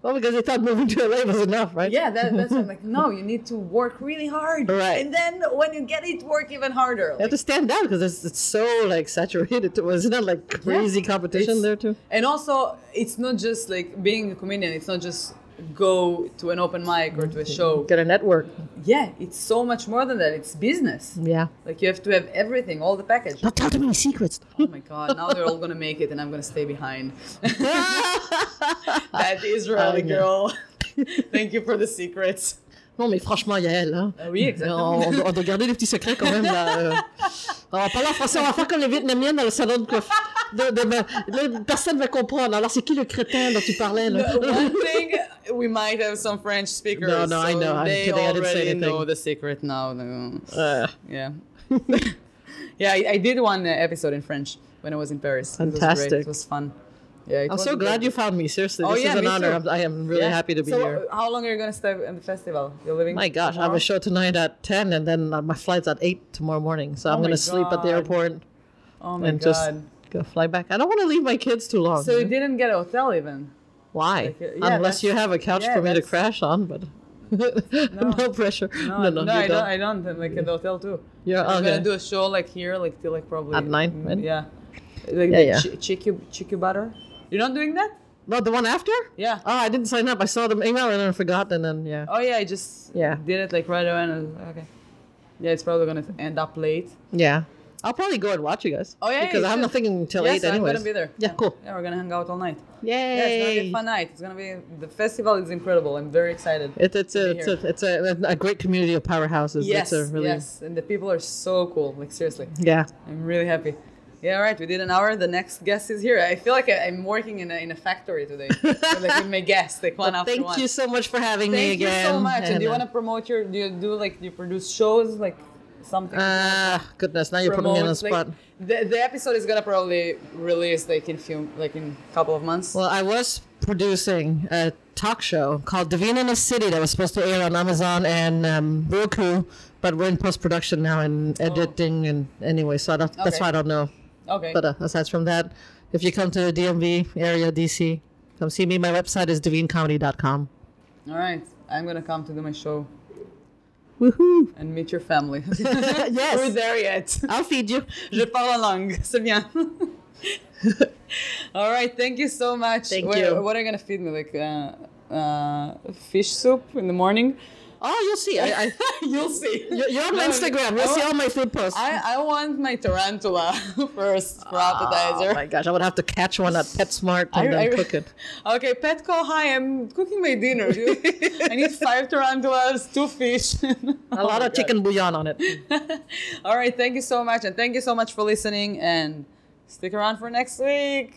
S2: Well, because they thought moving to LA was enough, right?
S1: Yeah, that, that's
S2: (laughs)
S1: why I'm like, no, you need to work really hard,
S2: Right.
S1: And then when you get it, work even harder.
S2: You have
S1: Like,
S2: to stand out because it's, it's so like saturated. Too. Isn't that like crazy competition
S1: It's-
S2: there too?
S1: And also, it's not just like being a comedian. It's not just go to an open mic or to a show.
S2: Get a network.
S1: Yeah, it's so much more than that. It's business.
S2: Yeah.
S1: Like you have to have everything, all the package.
S2: Don't tell too many secrets.
S1: Oh my god! Now they're all gonna make it, and I'm gonna stay (laughs) behind. that Israeli
S2: I
S1: (laughs)
S2: know.
S1: girl. Thank you for the secrets.
S2: Non, mais franchement, Yael, hein.
S1: Ah oui, exactement.
S2: On, on doit garder des petits secrets quand même. Là. euh. On va parler en français, on va faire comme les Vietnamiennes dans le salon de coiffure. De, de- de- là, personne ne va comprendre. Alors, c'est qui le crétin dont tu parlais? Là?
S1: (laughs) The
S2: (laughs)
S1: one thing we might have some French speakers.
S2: No, no, I
S1: so
S2: know. I'm
S1: they
S2: kidding. I
S1: already
S2: didn't say anything.
S1: know the secret now. No.
S2: Euh, (laughs)
S1: Yeah. yeah, I, I did one uh, episode in French when I was in Paris. It was, great.
S2: Fantastic.
S1: It was fun. Yeah, it
S2: I'm
S1: was
S2: so
S1: a
S2: glad
S1: great-
S2: you found me. Seriously,
S1: Oh,
S2: this
S1: yeah,
S2: is an
S1: me
S2: honor.
S1: too.
S2: I'm, I am really
S1: Yeah.
S2: happy to be
S1: so,
S2: here.
S1: uh, How long are you going to stay at the festival? You're leaving?
S2: My gosh, I have a
S1: tomorrow?
S2: show tonight at 10, and then uh, my flight's at 8 tomorrow morning. So I'm
S1: Oh my
S2: going to sleep at the
S1: God.
S2: airport
S1: Oh my
S2: and
S1: god.
S2: just Mhm. go fly back. I don't want to leave my kids too long.
S1: so you
S2: you know?
S1: didn't get a hotel even?
S2: Why?
S1: Like, uh, yeah,
S2: Unless
S1: that's-
S2: you have a couch
S1: yeah,
S2: for me to
S1: that's-
S2: crash on, but (laughs) no. pressure.
S1: I
S2: No, no, you don't.
S1: don't. I don't. I'm like at the hotel too.
S2: Yeah,
S1: I'm
S2: okay.
S1: gonna do a show like here, like till like probably
S2: At nine,
S1: mm,
S2: right?
S1: Yeah, like
S2: Yeah,
S1: the
S2: yeah.
S1: chi- chicky chicky butter. You're not doing that?
S2: No, the one after?
S1: Yeah.
S2: Oh, I didn't sign up. I saw the email and then I forgot, and then yeah,
S1: Oh yeah, I just
S2: Yeah.
S1: did it like right away. And I was like, okay. Yeah, it's probably gonna end up late.
S2: yeah. I'll probably go and watch you guys.
S1: Oh, yeah,
S2: because
S1: you
S2: I'm
S1: should.
S2: not thinking until
S1: yeah,
S2: eight
S1: so
S2: anyways.
S1: I'm gonna be there.
S2: Yeah, cool.
S1: Yeah, we're gonna hang out all night.
S2: Yay!
S1: Yeah, it's gonna be a fun night. It's gonna be the festival is incredible. I'm very excited.
S2: It, it's
S1: to
S2: a,
S1: be
S2: it's,
S1: here.
S2: a, it's a, a great community of powerhouses.
S1: yes,
S2: it's a really,
S1: yes, and the people are so cool. Like seriously.
S2: yeah.
S1: I'm really happy. Yeah, all right. We did an hour. The next guest is here. I feel like I, I'm working in a, in a factory
S2: (laughs)
S1: today. like with my guests, like one
S2: Well,
S1: after
S2: thank
S1: one.
S2: you so much for having me
S1: Thank you
S2: again.
S1: so much. And do you
S2: uh,
S1: want to promote your? Do you do like do you produce shows like something?
S2: Ah, goodness! Now you're putting me on the
S1: Promote, like,
S2: spot.
S1: the, the episode is gonna probably release like in few like in a couple of months.
S2: Well, I was producing a talk show called Divina in the City that was supposed to air on Amazon and um, Roku, but we're in post production now and editing and anyway, so I don't, that's
S1: Okay.
S2: why I don't know.
S1: okay.
S2: But uh, aside from that, if you come to the DMV area, DC, come see me. My website is divinecomedy.com. uh,
S1: all right. I'm gonna come to do my show
S2: Woohoo!
S1: and meet your family.
S2: (laughs)
S1: (laughs)
S2: yes,
S1: We're there yet.
S2: I'll feed you.
S1: (laughs) Je parle en langue. C'est bien. All right, thank you so much.
S2: Thank
S1: Wait,
S2: you.
S1: What are you gonna feed me? Like uh, uh, fish soup in the morning?
S2: Oh, you'll see. I, I,
S1: (laughs) You'll see.
S2: you're you're on my
S1: No,
S2: Instagram. You'll
S1: I
S2: see
S1: wa-
S2: all my food posts.
S1: I, I want my tarantula (laughs) first for appetizer.
S2: Oh my gosh, I would have to catch one at PetSmart and then
S1: (laughs)
S2: cook it.
S1: Okay, Petco, hi, I'm cooking my dinner. (laughs) dude. I need five tarantulas, two fish. (laughs) Oh
S2: A lot of chicken bouillon on it.
S1: All right, thank you so much. And thank you so much for listening. And stick around for next week.